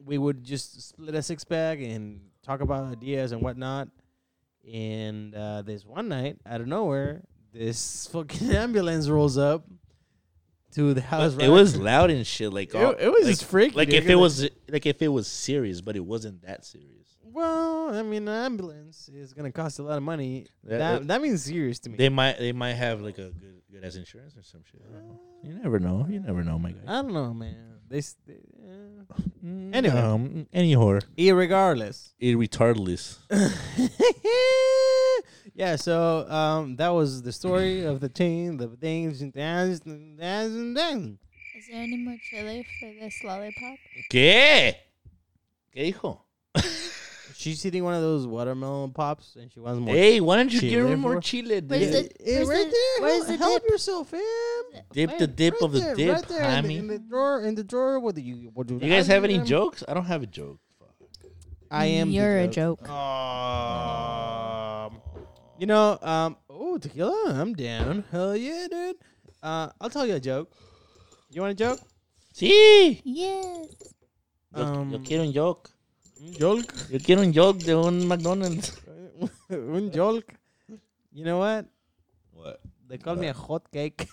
Speaker 1: we would just split a six pack and talk about ideas and whatnot. And uh, this one night, out of nowhere, this fucking ambulance rolls up to the house.
Speaker 3: It was loud and shit. Like
Speaker 1: It-
Speaker 3: all-
Speaker 1: it was
Speaker 3: like-
Speaker 1: just freaky,
Speaker 3: Like
Speaker 1: dude.
Speaker 3: if it was like if it was serious, but it wasn't that serious.
Speaker 1: well, I mean, an ambulance is gonna cost a lot of money.
Speaker 3: Yeah,
Speaker 1: that,
Speaker 3: it-
Speaker 1: that means serious to me.
Speaker 3: They might they might have like a good good as insurance or some shit. I don't know. You never know. You never know, my guy.
Speaker 1: I don't know, man. They, s- they uh,
Speaker 3: Mm,
Speaker 1: Anyway.
Speaker 3: um, any whore.
Speaker 1: irregardless.
Speaker 3: It retardless.
Speaker 1: yeah, so um, that was the story of the team, the things and dance and dance and dance.
Speaker 2: Is there any more chili for this lollipop?
Speaker 3: ¿Qué? ¿Qué dijo?
Speaker 1: She's eating one of those watermelon pops, and she wants more.
Speaker 3: Hey, why don't you
Speaker 1: Chile
Speaker 3: give her more
Speaker 1: for-
Speaker 3: chile, dude?
Speaker 2: Where's the-
Speaker 1: Eh,
Speaker 2: where's
Speaker 1: right
Speaker 2: the-
Speaker 1: there.
Speaker 2: where's the
Speaker 1: help
Speaker 2: dip?
Speaker 1: yourself, fam.
Speaker 3: Dip the dip of the
Speaker 1: Right there,
Speaker 3: dip,
Speaker 1: right there in the, in
Speaker 3: homie.
Speaker 1: the drawer. In the drawer. What do you? What do
Speaker 3: You guys have any
Speaker 1: Um,
Speaker 3: jokes? I don't have a joke.
Speaker 1: I am. the Oh,
Speaker 2: You're a joke.
Speaker 1: Um, you know, um, oh tequila, I'm down. Hell yeah, dude. Uh, I'll tell you a joke. You want a joke?
Speaker 3: Sí.
Speaker 2: Yes.
Speaker 3: Yo, yo
Speaker 1: Um,
Speaker 3: quiero un joke.
Speaker 1: Joke.
Speaker 3: Yo quiero un joke de un McDonald's.
Speaker 1: Un jolk. You know what?
Speaker 3: What?
Speaker 1: They call me a hot cake.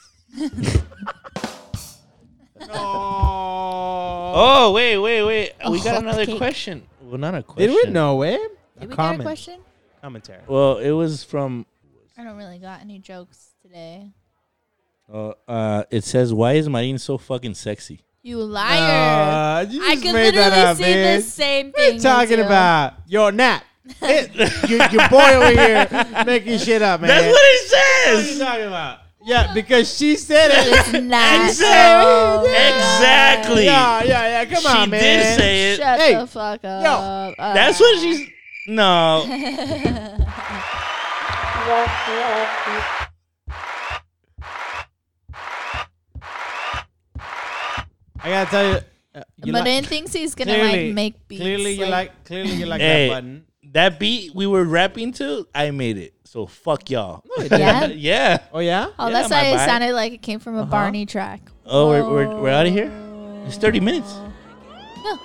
Speaker 3: Oh, wait, wait, wait. we got
Speaker 2: hot
Speaker 3: another
Speaker 2: cake.
Speaker 3: question. Well, not a question.
Speaker 1: Oh, Did we know it?
Speaker 2: Did we get a
Speaker 1: comment.
Speaker 2: question?
Speaker 1: Commentary.
Speaker 3: Well, it was from.
Speaker 2: I don't really got any jokes today.
Speaker 3: Uh, uh, it says, "Why is Marine so fucking sexy?"
Speaker 2: You liar.
Speaker 1: Uh, you
Speaker 2: I
Speaker 1: just
Speaker 2: can
Speaker 1: made
Speaker 2: literally
Speaker 1: that up,
Speaker 2: see
Speaker 1: man.
Speaker 2: the same
Speaker 1: What are
Speaker 2: thing.
Speaker 1: you talking
Speaker 2: do.
Speaker 1: about? Yo, Nat. It, you, your boy over here making shit up, man.
Speaker 3: That's what it
Speaker 1: What are you
Speaker 3: says.
Speaker 1: talking about? Yeah, because she said it.
Speaker 7: It's not.
Speaker 3: Exactly.
Speaker 7: Oh,
Speaker 3: Exactly.
Speaker 1: Yeah, yeah, yeah. Come
Speaker 3: she
Speaker 1: on, man.
Speaker 3: did say it.
Speaker 7: Shut
Speaker 1: Hey,
Speaker 7: the fuck up. All
Speaker 3: That's
Speaker 7: right.
Speaker 3: what she's. No.
Speaker 1: I gotta tell you. uh, you
Speaker 7: Marin
Speaker 1: like-
Speaker 7: thinks he's gonna
Speaker 1: Clearly-
Speaker 7: like make beats.
Speaker 1: Clearly, you like. Clearly, you like
Speaker 3: Hey.
Speaker 1: that button.
Speaker 3: That beat we were rapping to, I made it. So fuck y'all.
Speaker 7: Yeah?
Speaker 3: yeah.
Speaker 1: Oh yeah.
Speaker 7: Oh, that's
Speaker 3: Yeah,
Speaker 7: why
Speaker 3: my Uh-huh.
Speaker 7: it
Speaker 3: bad.
Speaker 7: sounded like it came from a Barney track.
Speaker 3: Oh, we're, we're, we're out of here? It's 30 minutes.
Speaker 7: No.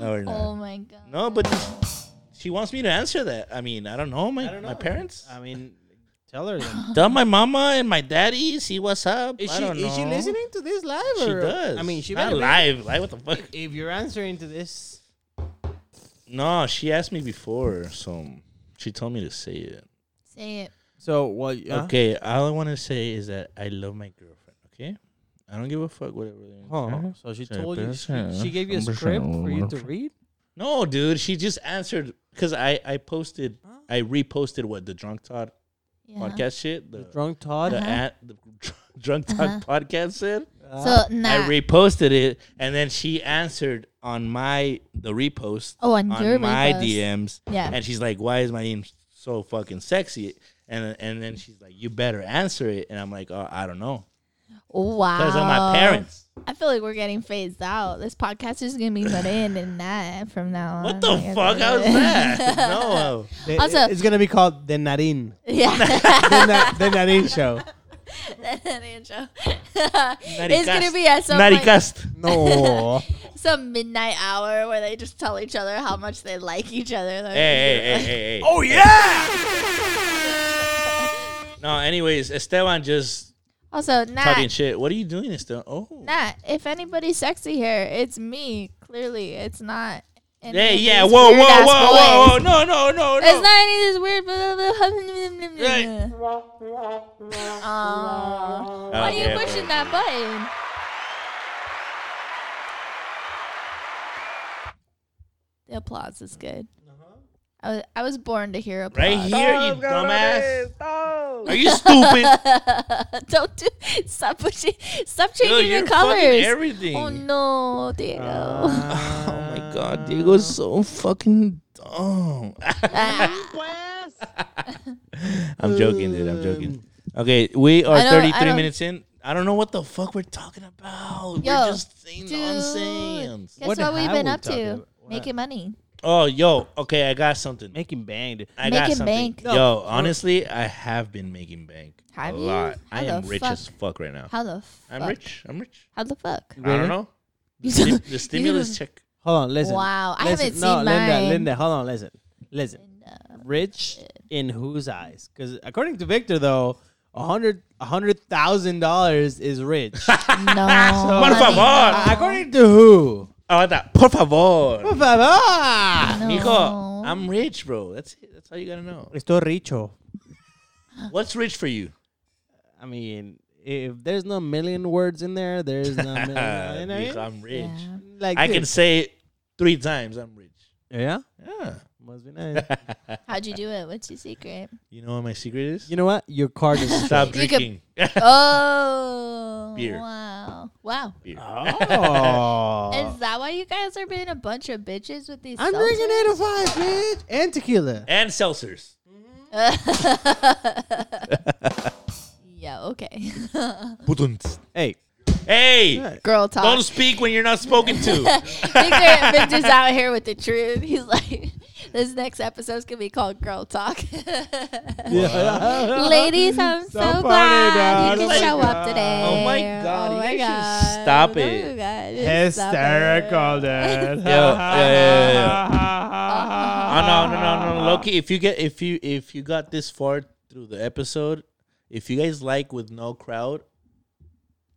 Speaker 3: No, we're not.
Speaker 7: oh my god.
Speaker 3: No, but she wants me to answer that. I mean, I don't know. My,
Speaker 1: don't
Speaker 3: my
Speaker 1: know. Uh-huh.
Speaker 3: parents?
Speaker 1: I mean, tell her. Then.
Speaker 3: Tell my mama and my daddy, see what's up.
Speaker 1: Is
Speaker 3: I
Speaker 1: she
Speaker 3: don't know.
Speaker 1: is she listening to this live?
Speaker 3: She
Speaker 1: or-
Speaker 3: does.
Speaker 1: I mean, she
Speaker 3: not
Speaker 1: better be.
Speaker 3: live. Like what the fuck?
Speaker 1: If you're answering to this,
Speaker 3: No, she asked me before, so she told me to say it.
Speaker 7: Say it.
Speaker 1: so well, yeah.
Speaker 3: Okay, all I want to say is that I love my girlfriend. Okay, I don't give a fuck whatever. they
Speaker 1: Huh.
Speaker 3: say.
Speaker 1: Oh, So she
Speaker 3: Say
Speaker 1: told you
Speaker 3: this,
Speaker 1: she,
Speaker 3: yeah.
Speaker 1: she gave you a
Speaker 3: Number
Speaker 1: script
Speaker 3: seven,
Speaker 1: for you to
Speaker 3: whatever.
Speaker 1: read.
Speaker 3: No, dude, she just answered because I I posted, I reposted what the drunk Todd
Speaker 7: Yeah.
Speaker 3: podcast shit, the
Speaker 1: The
Speaker 3: the,
Speaker 1: drunk Todd.
Speaker 3: ad- the drunk Todd podcast said.
Speaker 7: So nah.
Speaker 3: Uh-huh. I reposted it, and then she answered on my the repost.
Speaker 7: Oh, on your
Speaker 3: my
Speaker 7: repost.
Speaker 3: DMs.
Speaker 7: Yeah.
Speaker 3: and she's like, "Why is my name so fucking sexy?" And and then she's like, "You better answer it." And I'm like, "Oh, I don't know."
Speaker 7: wow.
Speaker 3: Because of
Speaker 7: Oh.
Speaker 3: my parents.
Speaker 7: I feel like we're getting phased out. This podcast is gonna be Marin and that from now on.
Speaker 3: What the
Speaker 7: Like, I
Speaker 3: fuck?
Speaker 7: don't
Speaker 3: How's
Speaker 7: know.
Speaker 3: that? no.
Speaker 1: The-
Speaker 7: Also-
Speaker 1: it's gonna be called the Narin.
Speaker 7: Yeah.
Speaker 1: the, Na- the Narin show.
Speaker 7: That intro. it's gonna be at some like,
Speaker 3: Naricast.
Speaker 1: No.
Speaker 7: some midnight hour where they just tell each other how much they like each other. Like,
Speaker 3: Hey, hey, hey, hey, hey. Oh yeah. No, anyways, Esteban just
Speaker 7: Also,
Speaker 3: talking
Speaker 7: not
Speaker 3: shit. What are you doing, Esteban? Oh.
Speaker 7: not if anybody's sexy here, it's me. Clearly, it's not. any
Speaker 3: Hey,
Speaker 7: of
Speaker 3: yeah.
Speaker 7: these
Speaker 3: Whoa, whoa, whoa,
Speaker 7: weird-ass
Speaker 3: whoa, whoa.
Speaker 7: boys.
Speaker 3: No, no, no, no.
Speaker 7: It's not any of this weird. Blah, blah, blah,
Speaker 3: Right.
Speaker 7: Aw.
Speaker 3: Oh,
Speaker 7: Why are
Speaker 3: yeah,
Speaker 7: you pushing that button? The applause is good. I was, I was born to hear applause.
Speaker 3: Uh-huh. Right here, you
Speaker 8: Todos
Speaker 3: dumbass.
Speaker 8: ganadores, todos.
Speaker 3: Are you stupid?
Speaker 7: Don't do. Stop pushing. Stop
Speaker 3: Dude,
Speaker 7: changing
Speaker 3: you're
Speaker 7: the
Speaker 3: fucking
Speaker 7: colors.
Speaker 3: everything.
Speaker 7: Oh no, Diego.
Speaker 3: Oh my god, Diego's so fucking dumb.
Speaker 9: Pues.
Speaker 3: I'm joking, dude. I'm joking. Okay, we are
Speaker 7: I don't- I
Speaker 3: 33
Speaker 7: don't-
Speaker 3: minutes in. I I don't know what the fuck we're talking about.
Speaker 7: Yo,
Speaker 3: we're just saying
Speaker 7: dude.
Speaker 3: nonsense.
Speaker 7: Guess
Speaker 1: What
Speaker 7: what,
Speaker 1: the
Speaker 7: we've
Speaker 1: hell
Speaker 7: been
Speaker 1: we
Speaker 7: up
Speaker 1: talking
Speaker 7: to?
Speaker 1: about? What?
Speaker 7: Making money.
Speaker 3: Oh, yo. Okay, I got something.
Speaker 1: Making bang. dude.
Speaker 3: I got
Speaker 7: Making
Speaker 3: something.
Speaker 7: bank.
Speaker 1: No,
Speaker 3: Yo,
Speaker 1: for-
Speaker 3: honestly, I have been making bank.
Speaker 7: Have
Speaker 3: a
Speaker 7: you?
Speaker 3: lot. I
Speaker 7: How
Speaker 3: am
Speaker 7: the
Speaker 3: rich
Speaker 7: fuck?
Speaker 3: as fuck right now.
Speaker 7: How the fuck?
Speaker 3: I'm rich. I'm rich.
Speaker 7: How the fuck?
Speaker 3: I
Speaker 1: Really?
Speaker 3: don't know. The,
Speaker 7: You
Speaker 3: sti-
Speaker 7: don't-
Speaker 3: the stimulus
Speaker 7: don't-
Speaker 3: check.
Speaker 1: Hold on, listen.
Speaker 7: Wow, I
Speaker 1: Listen,
Speaker 7: haven't
Speaker 1: no,
Speaker 7: seen
Speaker 1: Linda,
Speaker 7: mine.
Speaker 1: Linda, hold on, listen, listen. Rich in whose eyes? Because according to Victor, though, a hundred a hundred thousand dollars is rich.
Speaker 7: No.
Speaker 3: Por
Speaker 7: honey,
Speaker 3: favor.
Speaker 7: no.
Speaker 1: according to who?
Speaker 3: Oh, that. Por favor.
Speaker 1: Por favor.
Speaker 3: Mijo, I'm rich, bro. That's it. That's all you gotta know.
Speaker 1: Estoy richo.
Speaker 3: What's rich for you?
Speaker 1: I mean, if there's no million words in there, there's no million. you know what I mean?
Speaker 3: Mijo, I'm rich.
Speaker 7: Yeah.
Speaker 1: Like
Speaker 3: I can
Speaker 1: this.
Speaker 3: say it three times. I'm rich.
Speaker 1: Yeah.
Speaker 3: Yeah.
Speaker 1: Must be nice.
Speaker 7: How'd you do it? What's your secret?
Speaker 3: You know what my secret is?
Speaker 1: you know what? Your card is.
Speaker 3: Stop
Speaker 7: You could-
Speaker 3: drinking.
Speaker 7: Oh.
Speaker 3: Beer. Uh,
Speaker 7: Wow. Wow.
Speaker 3: Beer.
Speaker 1: oh.
Speaker 7: Is that why you guys are being a bunch of bitches with these?
Speaker 1: I'm drinking
Speaker 7: seltzers?
Speaker 1: 805, bitch, and tequila.
Speaker 3: and seltzers.
Speaker 7: yeah. Okay.
Speaker 1: Hey,
Speaker 3: Hey,
Speaker 7: Girl talk.
Speaker 3: don't speak when you're not spoken to.
Speaker 7: Victor, Victor's out here with the truth. He's like, this next episode's gonna be called Girl Talk. Ladies, I'm so,
Speaker 1: funny,
Speaker 7: glad
Speaker 1: dog.
Speaker 7: you
Speaker 3: Oh my
Speaker 7: could show up
Speaker 1: God.
Speaker 7: today.
Speaker 3: Oh my God,
Speaker 7: Oh
Speaker 3: you guys should
Speaker 7: my God.
Speaker 3: stop
Speaker 7: No,
Speaker 3: it.
Speaker 7: you guys should stop
Speaker 1: hysterical,
Speaker 7: it.
Speaker 1: dude.
Speaker 3: yeah, yeah, Oh no, no, no, no, Loki. If you get if you if you got this far through the episode, if you guys like with no crowd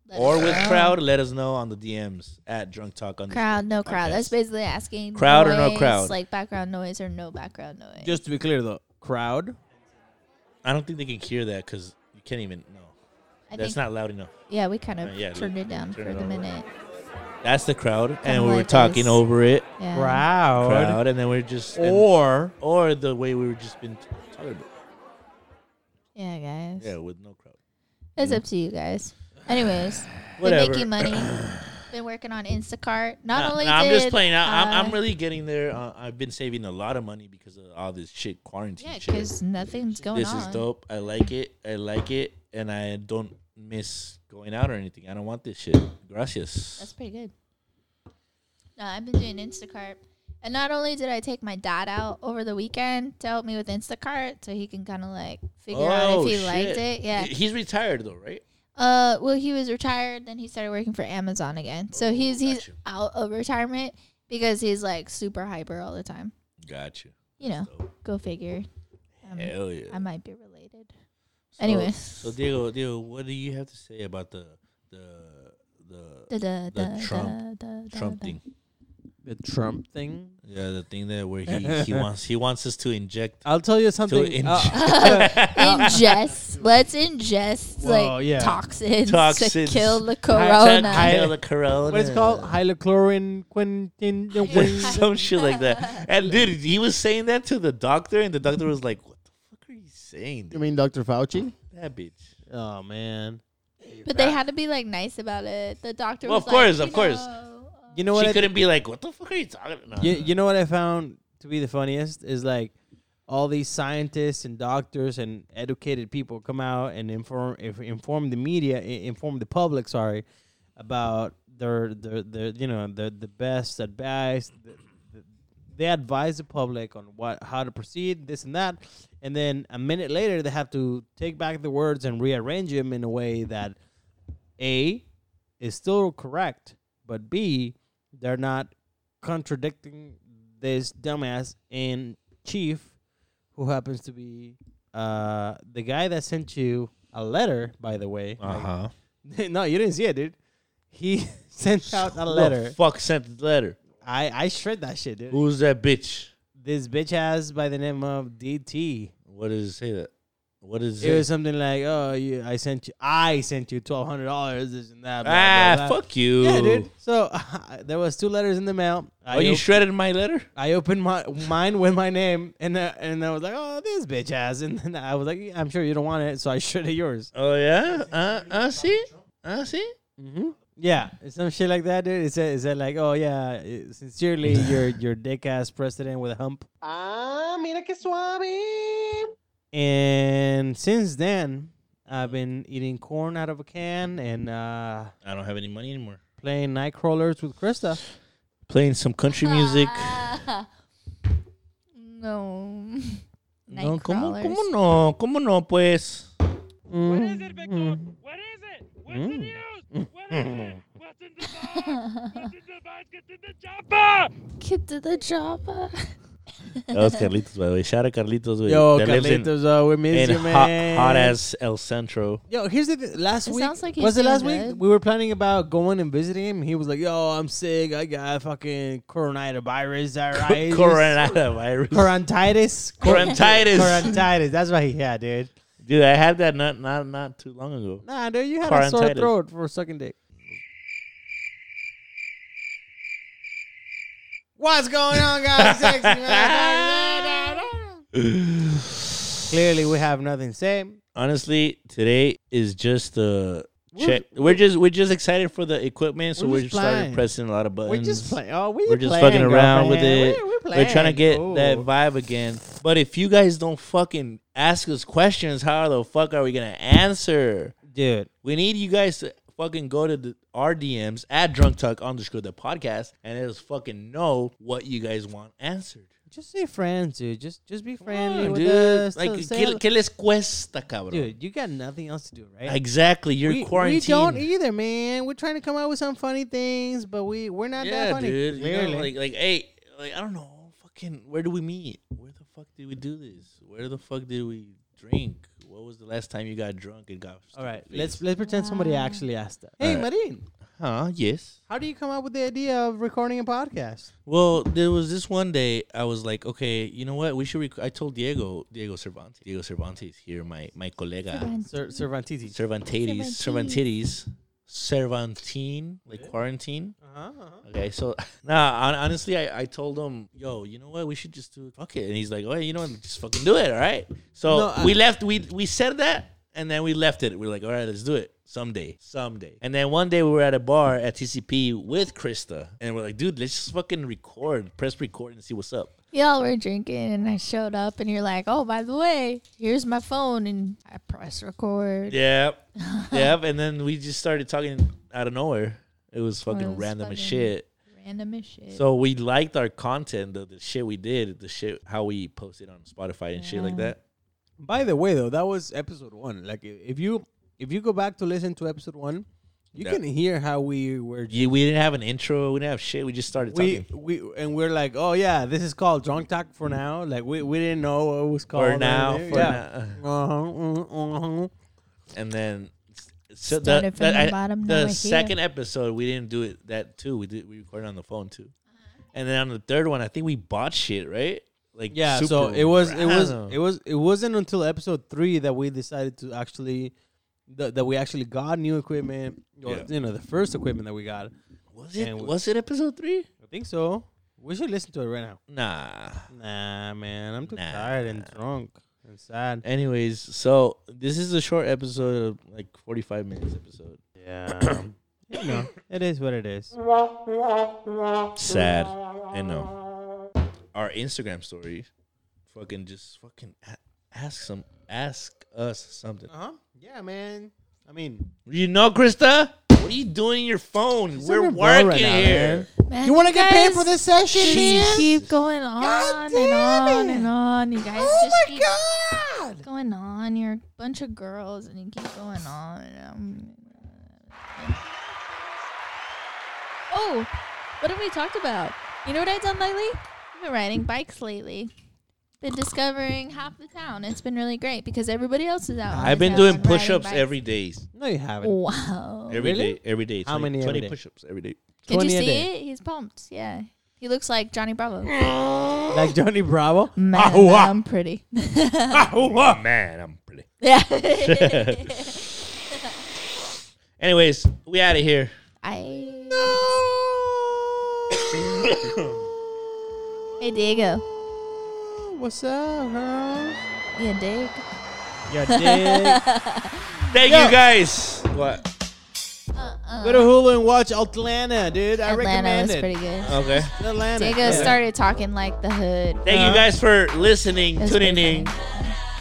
Speaker 7: Let
Speaker 3: or
Speaker 7: us
Speaker 3: with
Speaker 7: know.
Speaker 3: crowd, let us know on the DMs at Drunk Talk on
Speaker 7: Crowd, no crowd. That's basically asking
Speaker 3: Crowd or no
Speaker 7: noise,
Speaker 3: crowd?
Speaker 7: like background noise or no background noise.
Speaker 1: Just to be clear, though, crowd.
Speaker 3: I don't think they can hear that because you can't even. No,
Speaker 7: I
Speaker 3: that's
Speaker 7: think,
Speaker 3: not loud enough.
Speaker 7: Yeah, we kind of
Speaker 3: Uh, yeah,
Speaker 7: turned it down
Speaker 3: turn
Speaker 7: for
Speaker 3: it
Speaker 7: the
Speaker 3: over.
Speaker 7: minute.
Speaker 3: That's the crowd, and we were
Speaker 7: like
Speaker 3: talking
Speaker 7: this.
Speaker 3: over it.
Speaker 7: Yeah.
Speaker 1: Crowd.
Speaker 3: Crowd, and then we're just and-
Speaker 1: Or
Speaker 3: or the way we were just been talking about.
Speaker 2: Yeah, guys.
Speaker 3: Yeah, with no crowd.
Speaker 2: It's up to you guys. Anyways, been
Speaker 3: Whatever.
Speaker 2: making money. been working on Instacart. Not
Speaker 3: Nah,
Speaker 2: only
Speaker 3: nah, I'm
Speaker 2: did
Speaker 3: just playing. I, I'm,
Speaker 2: I-
Speaker 3: I'm really getting there. Uh, I've been saving a lot of money because of all this shit quarantine
Speaker 2: yeah,
Speaker 3: shit.
Speaker 2: because nothing's going
Speaker 3: this
Speaker 2: on.
Speaker 3: is dope. I like it. I like it, and I don't miss going out or anything. I don't want this shit. Gracias.
Speaker 2: That's pretty good. No, I've been doing Instacart. And not only did I take my dad out over the weekend to help me with Instacart so he can kind of like figure out
Speaker 3: Oh,
Speaker 2: if he liked it. Yeah.
Speaker 3: He- He's retired though, right?
Speaker 2: Uh, well, he was retired, then he started working for Amazon again. So he's he's
Speaker 3: gotcha.
Speaker 2: out of retirement because he's like super hyper all the time.
Speaker 3: Gotcha.
Speaker 2: You know,
Speaker 3: So,
Speaker 2: go figure. Um,
Speaker 3: hell yeah.
Speaker 2: I might be related.
Speaker 3: So-
Speaker 2: anyway.
Speaker 3: So Diego, Diego, what do you have to say about the the the
Speaker 2: Da, da,
Speaker 3: The
Speaker 2: da,
Speaker 3: Trump-
Speaker 2: da, da,
Speaker 3: Trump
Speaker 2: da.
Speaker 3: thing?
Speaker 1: The Trump thing.
Speaker 3: Yeah, the thing that where he, he wants he wants us to inject
Speaker 1: I'll tell you something. uh,
Speaker 3: inject-
Speaker 2: ingest. Let's ingest
Speaker 1: Well,
Speaker 2: like
Speaker 1: yeah.
Speaker 2: toxins,
Speaker 3: Toxins.
Speaker 2: to kill the
Speaker 3: Hashtag
Speaker 2: corona.
Speaker 3: Kyle the corona.
Speaker 1: what is it called? Hylochlorin quintin.
Speaker 3: Some shit like that. And dude, he was saying that to the doctor, and the doctor was like, "What the fuck are you saying,
Speaker 10: You
Speaker 3: dude?
Speaker 10: mean Dr. Fauci?
Speaker 3: That bitch."
Speaker 1: oh man.
Speaker 2: but they had to be like nice about it. The doctor.
Speaker 3: Well,
Speaker 2: was
Speaker 3: of course,
Speaker 2: like,
Speaker 3: of
Speaker 2: you
Speaker 3: course.
Speaker 2: know, uh,
Speaker 1: You know what?
Speaker 3: she
Speaker 1: I
Speaker 3: couldn't be like, "What the fuck are you talking about?"
Speaker 1: You, you know what I found to be the funniest is like all these scientists and doctors and educated people come out and inform if, inform the media i- inform the public sorry about their their, their you know the the best advice the, the, they advise the public on what how to proceed this and that and then a minute later they have to take back the words and rearrange them in a way that a is still correct but b they're not contradicting this dumbass in chief who happens to be uh the guy that sent you a letter by the way
Speaker 3: Uh huh.
Speaker 1: no you didn't see it dude he sent out a
Speaker 3: Letter.
Speaker 1: letter
Speaker 3: fuck sent the letter.
Speaker 1: i i shred that shit dude
Speaker 3: Who's that bitch?
Speaker 1: this bitch has by the name of dt
Speaker 3: What does it say that? What is
Speaker 1: it was something like oh you i sent you i sent you $1200 this and that blah, blah,
Speaker 3: ah,
Speaker 1: blah.
Speaker 3: fuck you.
Speaker 1: yeah dude so there was two letters in the mail
Speaker 3: Oh, you shredded my letter?
Speaker 1: I opened my mine with my name, and uh, and I was like, "Oh, this bitch ass," and then I was like, "Yeah, "I'm sure you don't want it," so I shredded yours.
Speaker 3: Oh yeah. Uh, uh see, uh see.
Speaker 1: Mm-hmm. Yeah, some shit like that, dude. It said, it said like, "Oh yeah, eh, sincerely, your your dick ass president with a hump."
Speaker 5: Ah, mira que suave.
Speaker 1: And since then, I've been eating corn out of a can and uh,
Speaker 3: I don't have any money anymore.
Speaker 1: playing night crawlers with Krista.
Speaker 3: Playing some country music.
Speaker 2: no.
Speaker 3: no, como,
Speaker 2: Nightcrawlers.
Speaker 3: como no, como no, pues.
Speaker 5: What is it, Victor? What is it? What's the news? What is it? What's in the box? What's in the box? Get in the chopper!
Speaker 2: Get to the job.
Speaker 3: That was Carlitos, by the way. Shout out Carlitos, güey.
Speaker 1: Yo,
Speaker 3: That lives in-
Speaker 1: Carlitos, uh, we miss
Speaker 3: in,
Speaker 1: you,
Speaker 3: hot,
Speaker 1: man.
Speaker 3: hot ass El Centro.
Speaker 1: Yo, here's the th- last
Speaker 2: It
Speaker 1: week.
Speaker 2: sounds like he's
Speaker 1: was it
Speaker 2: doing
Speaker 1: last week?
Speaker 2: good.
Speaker 1: We were planning about going and visiting him. He was like, "Yo, I'm sick. I got fucking coronavirus. Is that right?
Speaker 3: Coronavirus.
Speaker 1: Corontitis.
Speaker 3: Corontitis.
Speaker 1: Corontitis. That's what he had, dude.
Speaker 3: Dude, I had that not not not too long ago.
Speaker 1: Nah, dude, you had a sore
Speaker 3: Corontitis.
Speaker 1: throat for sucking dick. What's going on, guys? Sexy man. Clearly, we have nothing to say.
Speaker 3: Honestly, today is just the
Speaker 1: We're-
Speaker 3: check. We're just we're just excited for the equipment, so
Speaker 1: We're
Speaker 3: we're
Speaker 1: just
Speaker 3: just started
Speaker 1: playing.
Speaker 3: pressing a lot of buttons.
Speaker 1: We're just playing. Oh, we
Speaker 3: We're just
Speaker 1: playing,
Speaker 3: fucking around with
Speaker 1: girlfriend.
Speaker 3: it.
Speaker 1: We're,
Speaker 3: We're,
Speaker 1: playing.
Speaker 3: trying to get that
Speaker 1: Ooh.
Speaker 3: vibe again. But if you guys don't fucking ask us questions, how the fuck are we gonna answer?
Speaker 1: dude.
Speaker 3: We need you guys to fucking go to the, our DMs at drunk talk underscore the podcast and let us fucking know what you guys want answered.
Speaker 1: Just say friends, dude. Just just be friendly
Speaker 3: Come on,
Speaker 1: with
Speaker 3: dude.
Speaker 1: us.
Speaker 3: Like,
Speaker 1: Say- say
Speaker 3: ¿qué,
Speaker 1: hello.
Speaker 3: qué les cuesta, cabrón?
Speaker 1: dude, you got nothing else to do, right?
Speaker 3: Exactly. You're
Speaker 1: we, we
Speaker 3: quarantined.
Speaker 1: don't either, man. We're trying to come up with some funny things, but we we're not
Speaker 3: yeah,
Speaker 1: that funny.
Speaker 3: dude. You know,
Speaker 1: Clearly.
Speaker 3: like, like, hey, like, I don't know. Fucking, where do we meet? Where the fuck did we do this? Where the fuck did we drink? What was the last time you got drunk and got?
Speaker 1: All right, let's let's pretend somebody actually asked that. Hey,
Speaker 3: All right.
Speaker 1: Marine,
Speaker 3: Huh? Yes.
Speaker 1: how do you come up with the idea of recording a podcast?
Speaker 3: Well, there was this one day I was like, okay, you know what? We should. Rec-. I told Diego, Diego Cervantes, Diego Cervantes here, my my colega,
Speaker 1: Sir, Cervantes.
Speaker 3: Cervantes,
Speaker 2: Cervantes.
Speaker 3: Cervantes, Cervantine, like quarantine.
Speaker 1: Eh? Uh-huh, uh-huh.
Speaker 3: Okay, so nah, hon- honestly, I, I told him, yo, you know what? We should just do fuck it. And he's like, oh, you know what? Just fucking do it. All right. So
Speaker 1: No, I-
Speaker 3: we left. We we said that, and then we left it. We are like, all right, let's do it someday, someday. And then one day we were at a bar at TCP with Krista, and we're like, dude, let's just fucking record, press record, and see what's up.
Speaker 2: Y'all were drinking, and I showed up, and you're like, "Oh, by the way, here's my phone," and I press record.
Speaker 3: Yep. yep. And then we just started talking out of nowhere. It was fucking
Speaker 2: was
Speaker 3: random as
Speaker 2: fucking-
Speaker 3: shit.
Speaker 2: Random as shit.
Speaker 3: So we liked our content, the, the shit we did, the shit how we posted on Spotify and shit like that.
Speaker 1: By the way, though, that was episode one. Like, i- if you if you go back to listen to episode one, you
Speaker 3: Yeah.
Speaker 1: can hear how we were.
Speaker 3: Yeah, we didn't have an intro. We didn't have shit. We just started
Speaker 1: We
Speaker 3: talking.
Speaker 1: we and we're like, oh yeah, this is called drunk talk for now. Like we, we didn't know what it was called
Speaker 3: For now,
Speaker 1: earlier.
Speaker 3: for
Speaker 1: yeah. Uh-huh, now.
Speaker 3: And then so the,
Speaker 2: Started from
Speaker 3: the,
Speaker 2: the
Speaker 3: I-
Speaker 2: bottom, now
Speaker 3: the
Speaker 2: we're here.
Speaker 3: second episode we didn't do it that too. We did we recorded on the phone too.
Speaker 2: Uh-huh.
Speaker 3: And then on the third one, I think we bought shit, right? Like
Speaker 1: Yeah,
Speaker 3: super
Speaker 1: so it was it was
Speaker 3: random.
Speaker 1: it was it wasn't until episode three that we decided to actually that, that we actually got new equipment. Or,
Speaker 3: Yeah.
Speaker 1: You know, the first equipment that we got.
Speaker 3: was it
Speaker 1: and we-
Speaker 3: was it episode three?
Speaker 1: I think so. We should listen to it right now.
Speaker 3: Nah.
Speaker 1: Nah, man, I'm too
Speaker 3: Nah.
Speaker 1: tired and drunk and sad.
Speaker 3: Anyways, so this is a short episode of like forty five minutes episode.
Speaker 1: Yeah, you know, it is what it is.
Speaker 3: Sad. I know. Our Instagram story, fucking just fucking a- ask some ask us something.
Speaker 1: Uh huh. Yeah, man. I mean,
Speaker 3: You know, Krista, what are you doing in your phone? We're
Speaker 1: under bro
Speaker 3: working
Speaker 1: right now,
Speaker 3: here.
Speaker 1: man.
Speaker 2: Man,
Speaker 1: you want to get paid
Speaker 2: guys
Speaker 1: for this session?
Speaker 2: Just
Speaker 1: man?
Speaker 2: keep going on and on and on. You guys just keep
Speaker 1: Oh God!
Speaker 2: going on. You're a bunch of girls, and you keep going on. Um, oh, what have we talked about? You know what I've done lately? I've been riding bikes lately. Been discovering half the town. It's been really great because everybody else is out. on
Speaker 3: I've
Speaker 2: the
Speaker 3: been
Speaker 2: town
Speaker 3: doing
Speaker 2: and riding
Speaker 3: push-ups
Speaker 2: bikes.
Speaker 3: every day.
Speaker 1: No, you haven't.
Speaker 2: Wow.
Speaker 3: every day,
Speaker 1: Oh, really?
Speaker 3: every day.
Speaker 1: How
Speaker 3: 20
Speaker 1: many every
Speaker 3: 20
Speaker 1: day?
Speaker 3: push-ups every day.
Speaker 2: Did you
Speaker 1: 20 a
Speaker 2: see
Speaker 1: day.
Speaker 2: it? He's pumped. Yeah. He looks like Johnny Bravo.
Speaker 1: Like Johnny Bravo.
Speaker 2: Man,
Speaker 3: wow.
Speaker 2: I'm pretty.
Speaker 1: ah!
Speaker 3: Oh man, I'm pretty.
Speaker 2: yeah.
Speaker 3: Anyways, we out of here.
Speaker 2: I. Hey Diego,
Speaker 1: Oh, What's up, girl?
Speaker 2: you dig?
Speaker 1: Your dick.
Speaker 3: Thank you guys. What?
Speaker 1: Go to Hulu and watch Atlanta, dude. I
Speaker 2: Uh. Atlanta
Speaker 1: recommend
Speaker 2: was
Speaker 1: it.
Speaker 2: pretty good.
Speaker 3: Okay.
Speaker 1: Atlanta.
Speaker 2: Diego started talking like the hood.
Speaker 3: Thank you
Speaker 1: Uh-huh.
Speaker 3: guys for listening,
Speaker 2: That's
Speaker 3: tuning
Speaker 2: pretty
Speaker 3: in.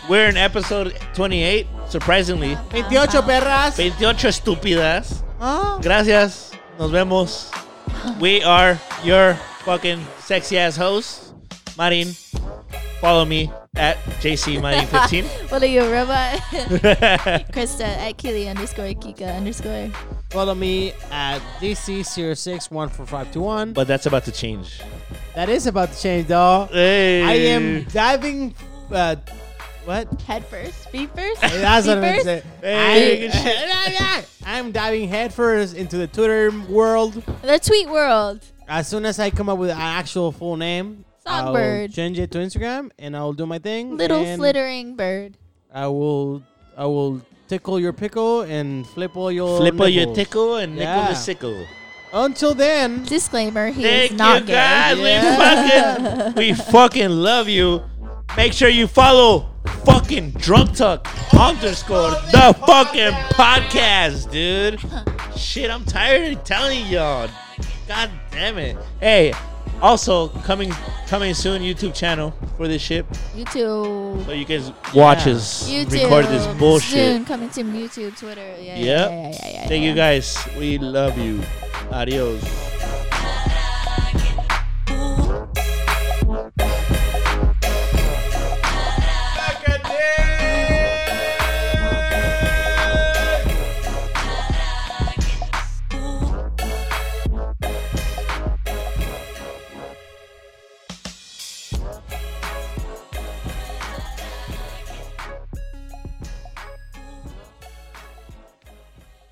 Speaker 3: We're in episode 28, surprisingly.
Speaker 1: 28 perras.
Speaker 3: 28 estúpidas.
Speaker 1: Huh?
Speaker 3: Gracias. Nos vemos. We are your fucking sexy ass hosts. Marin, follow me at JC Marin15.
Speaker 2: What are you, a robot? Krista at Keely underscore Kika underscore.
Speaker 1: Follow me at DC061451. But
Speaker 3: but that's about to change.
Speaker 1: that is about to change, though.
Speaker 3: Hey.
Speaker 1: I am diving. Uh, what?
Speaker 2: Head first, feet first.
Speaker 1: That's
Speaker 2: feet
Speaker 1: what I'm
Speaker 2: first?
Speaker 1: saying.
Speaker 3: Hey, good
Speaker 1: I, I'm diving headfirst into the Twitter world.
Speaker 2: The tweet world.
Speaker 1: As soon as I come up with an actual full name, I'll
Speaker 2: Songbird.
Speaker 1: change it to Instagram and I'll do my thing.
Speaker 2: Little
Speaker 1: and
Speaker 2: flittering bird.
Speaker 1: I will, I will tickle your pickle and flip all your
Speaker 3: Flip all your
Speaker 1: nipples.
Speaker 3: tickle and nickel
Speaker 1: Yeah.
Speaker 3: the sickle.
Speaker 1: Until then,
Speaker 2: Disclaimer: He
Speaker 3: Thank
Speaker 2: is
Speaker 3: you
Speaker 2: not gay.
Speaker 3: guys.
Speaker 1: Yeah.
Speaker 3: We fucking we fucking love you. Make sure you follow fucking drunk talk underscore the fucking podcast, dude. Shit, I'm tired of telling y'all. God damn it. Hey, also coming coming soon YouTube channel for this shit.
Speaker 2: YouTube.
Speaker 3: So you guys watch
Speaker 1: Yeah.
Speaker 3: us
Speaker 2: YouTube.
Speaker 3: record this bullshit.
Speaker 2: Soon coming to YouTube, Twitter. Yeah.
Speaker 3: Yep.
Speaker 2: Yeah, yeah, yeah, yeah,
Speaker 3: Thank
Speaker 2: yeah.
Speaker 3: you guys. We love you. Adios.